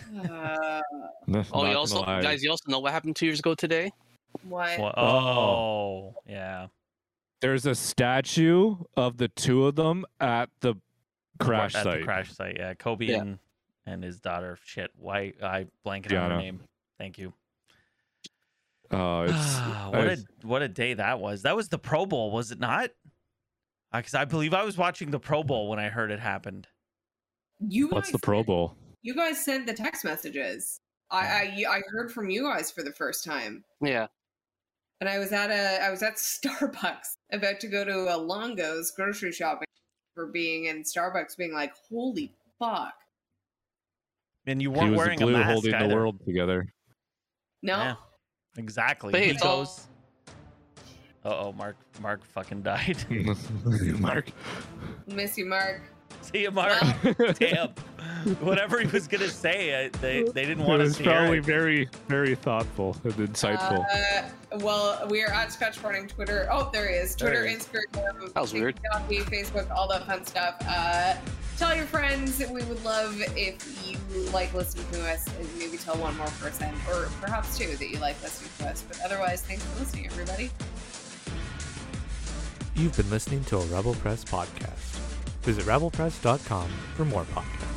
C: Uh,
F: <laughs> Not
E: Oh,
F: gonna
E: you also
F: lie.
E: guys, you also know what happened two years ago today?
C: what?
B: Wha-
F: Oh.
B: oh, yeah.
F: There's a statue of the two of them at the crash
B: at
F: site.
B: The crash site. Yeah, Kobe
E: Yeah.
B: and and his daughter. Shit, why I blanking on her
F: Gianna.
B: name. Thank you.
F: Uh, it's,
B: <sighs> what
F: it's-
B: a what a day that was. That was the Pro Bowl, was it not? Because I believe I was watching the Pro Bowl when I heard it happened.
C: You
F: what's
C: guys
F: the Pro
C: sent-
F: Bowl?
C: You guys sent the text messages. I, I you- I heard from you guys for the first time,
E: Yeah.
C: and I was at a I was at <laughs> Starbucks about to go to a Longo's grocery shopping for being in Starbucks, being like, "Holy fuck!"
B: And you
F: He
B: weren't
F: was the
B: wearing a
F: glue
B: mask
F: holding the
B: either.
F: world together.
C: No,
B: Yeah. Exactly.
E: But
B: he
E: it's all-
B: goes. Uh oh, Mark. Mark fucking died. <laughs>
F: Mark.
C: miss you, Mark.
B: <laughs> See you, Mark.
C: Well-
B: Damn. Whatever he was gonna say, I, they they didn't
F: it
B: want us
F: was
B: to hear
F: probably
B: it.
F: very, very thoughtful and insightful.
C: Uh, well, we are at Scotch Morning Twitter. Oh, there he is. Twitter,
B: There he
C: Instagram,
E: That was weird.
C: TikTok, Facebook, all that fun stuff. Uh, tell your friends. We would love if you like listening to us. and Maybe tell one more person, or perhaps two, that you like listening to us. But otherwise, thanks for listening, everybody.
H: You've been listening to a Rebel Press podcast. Visit rebelpress.com for more podcasts.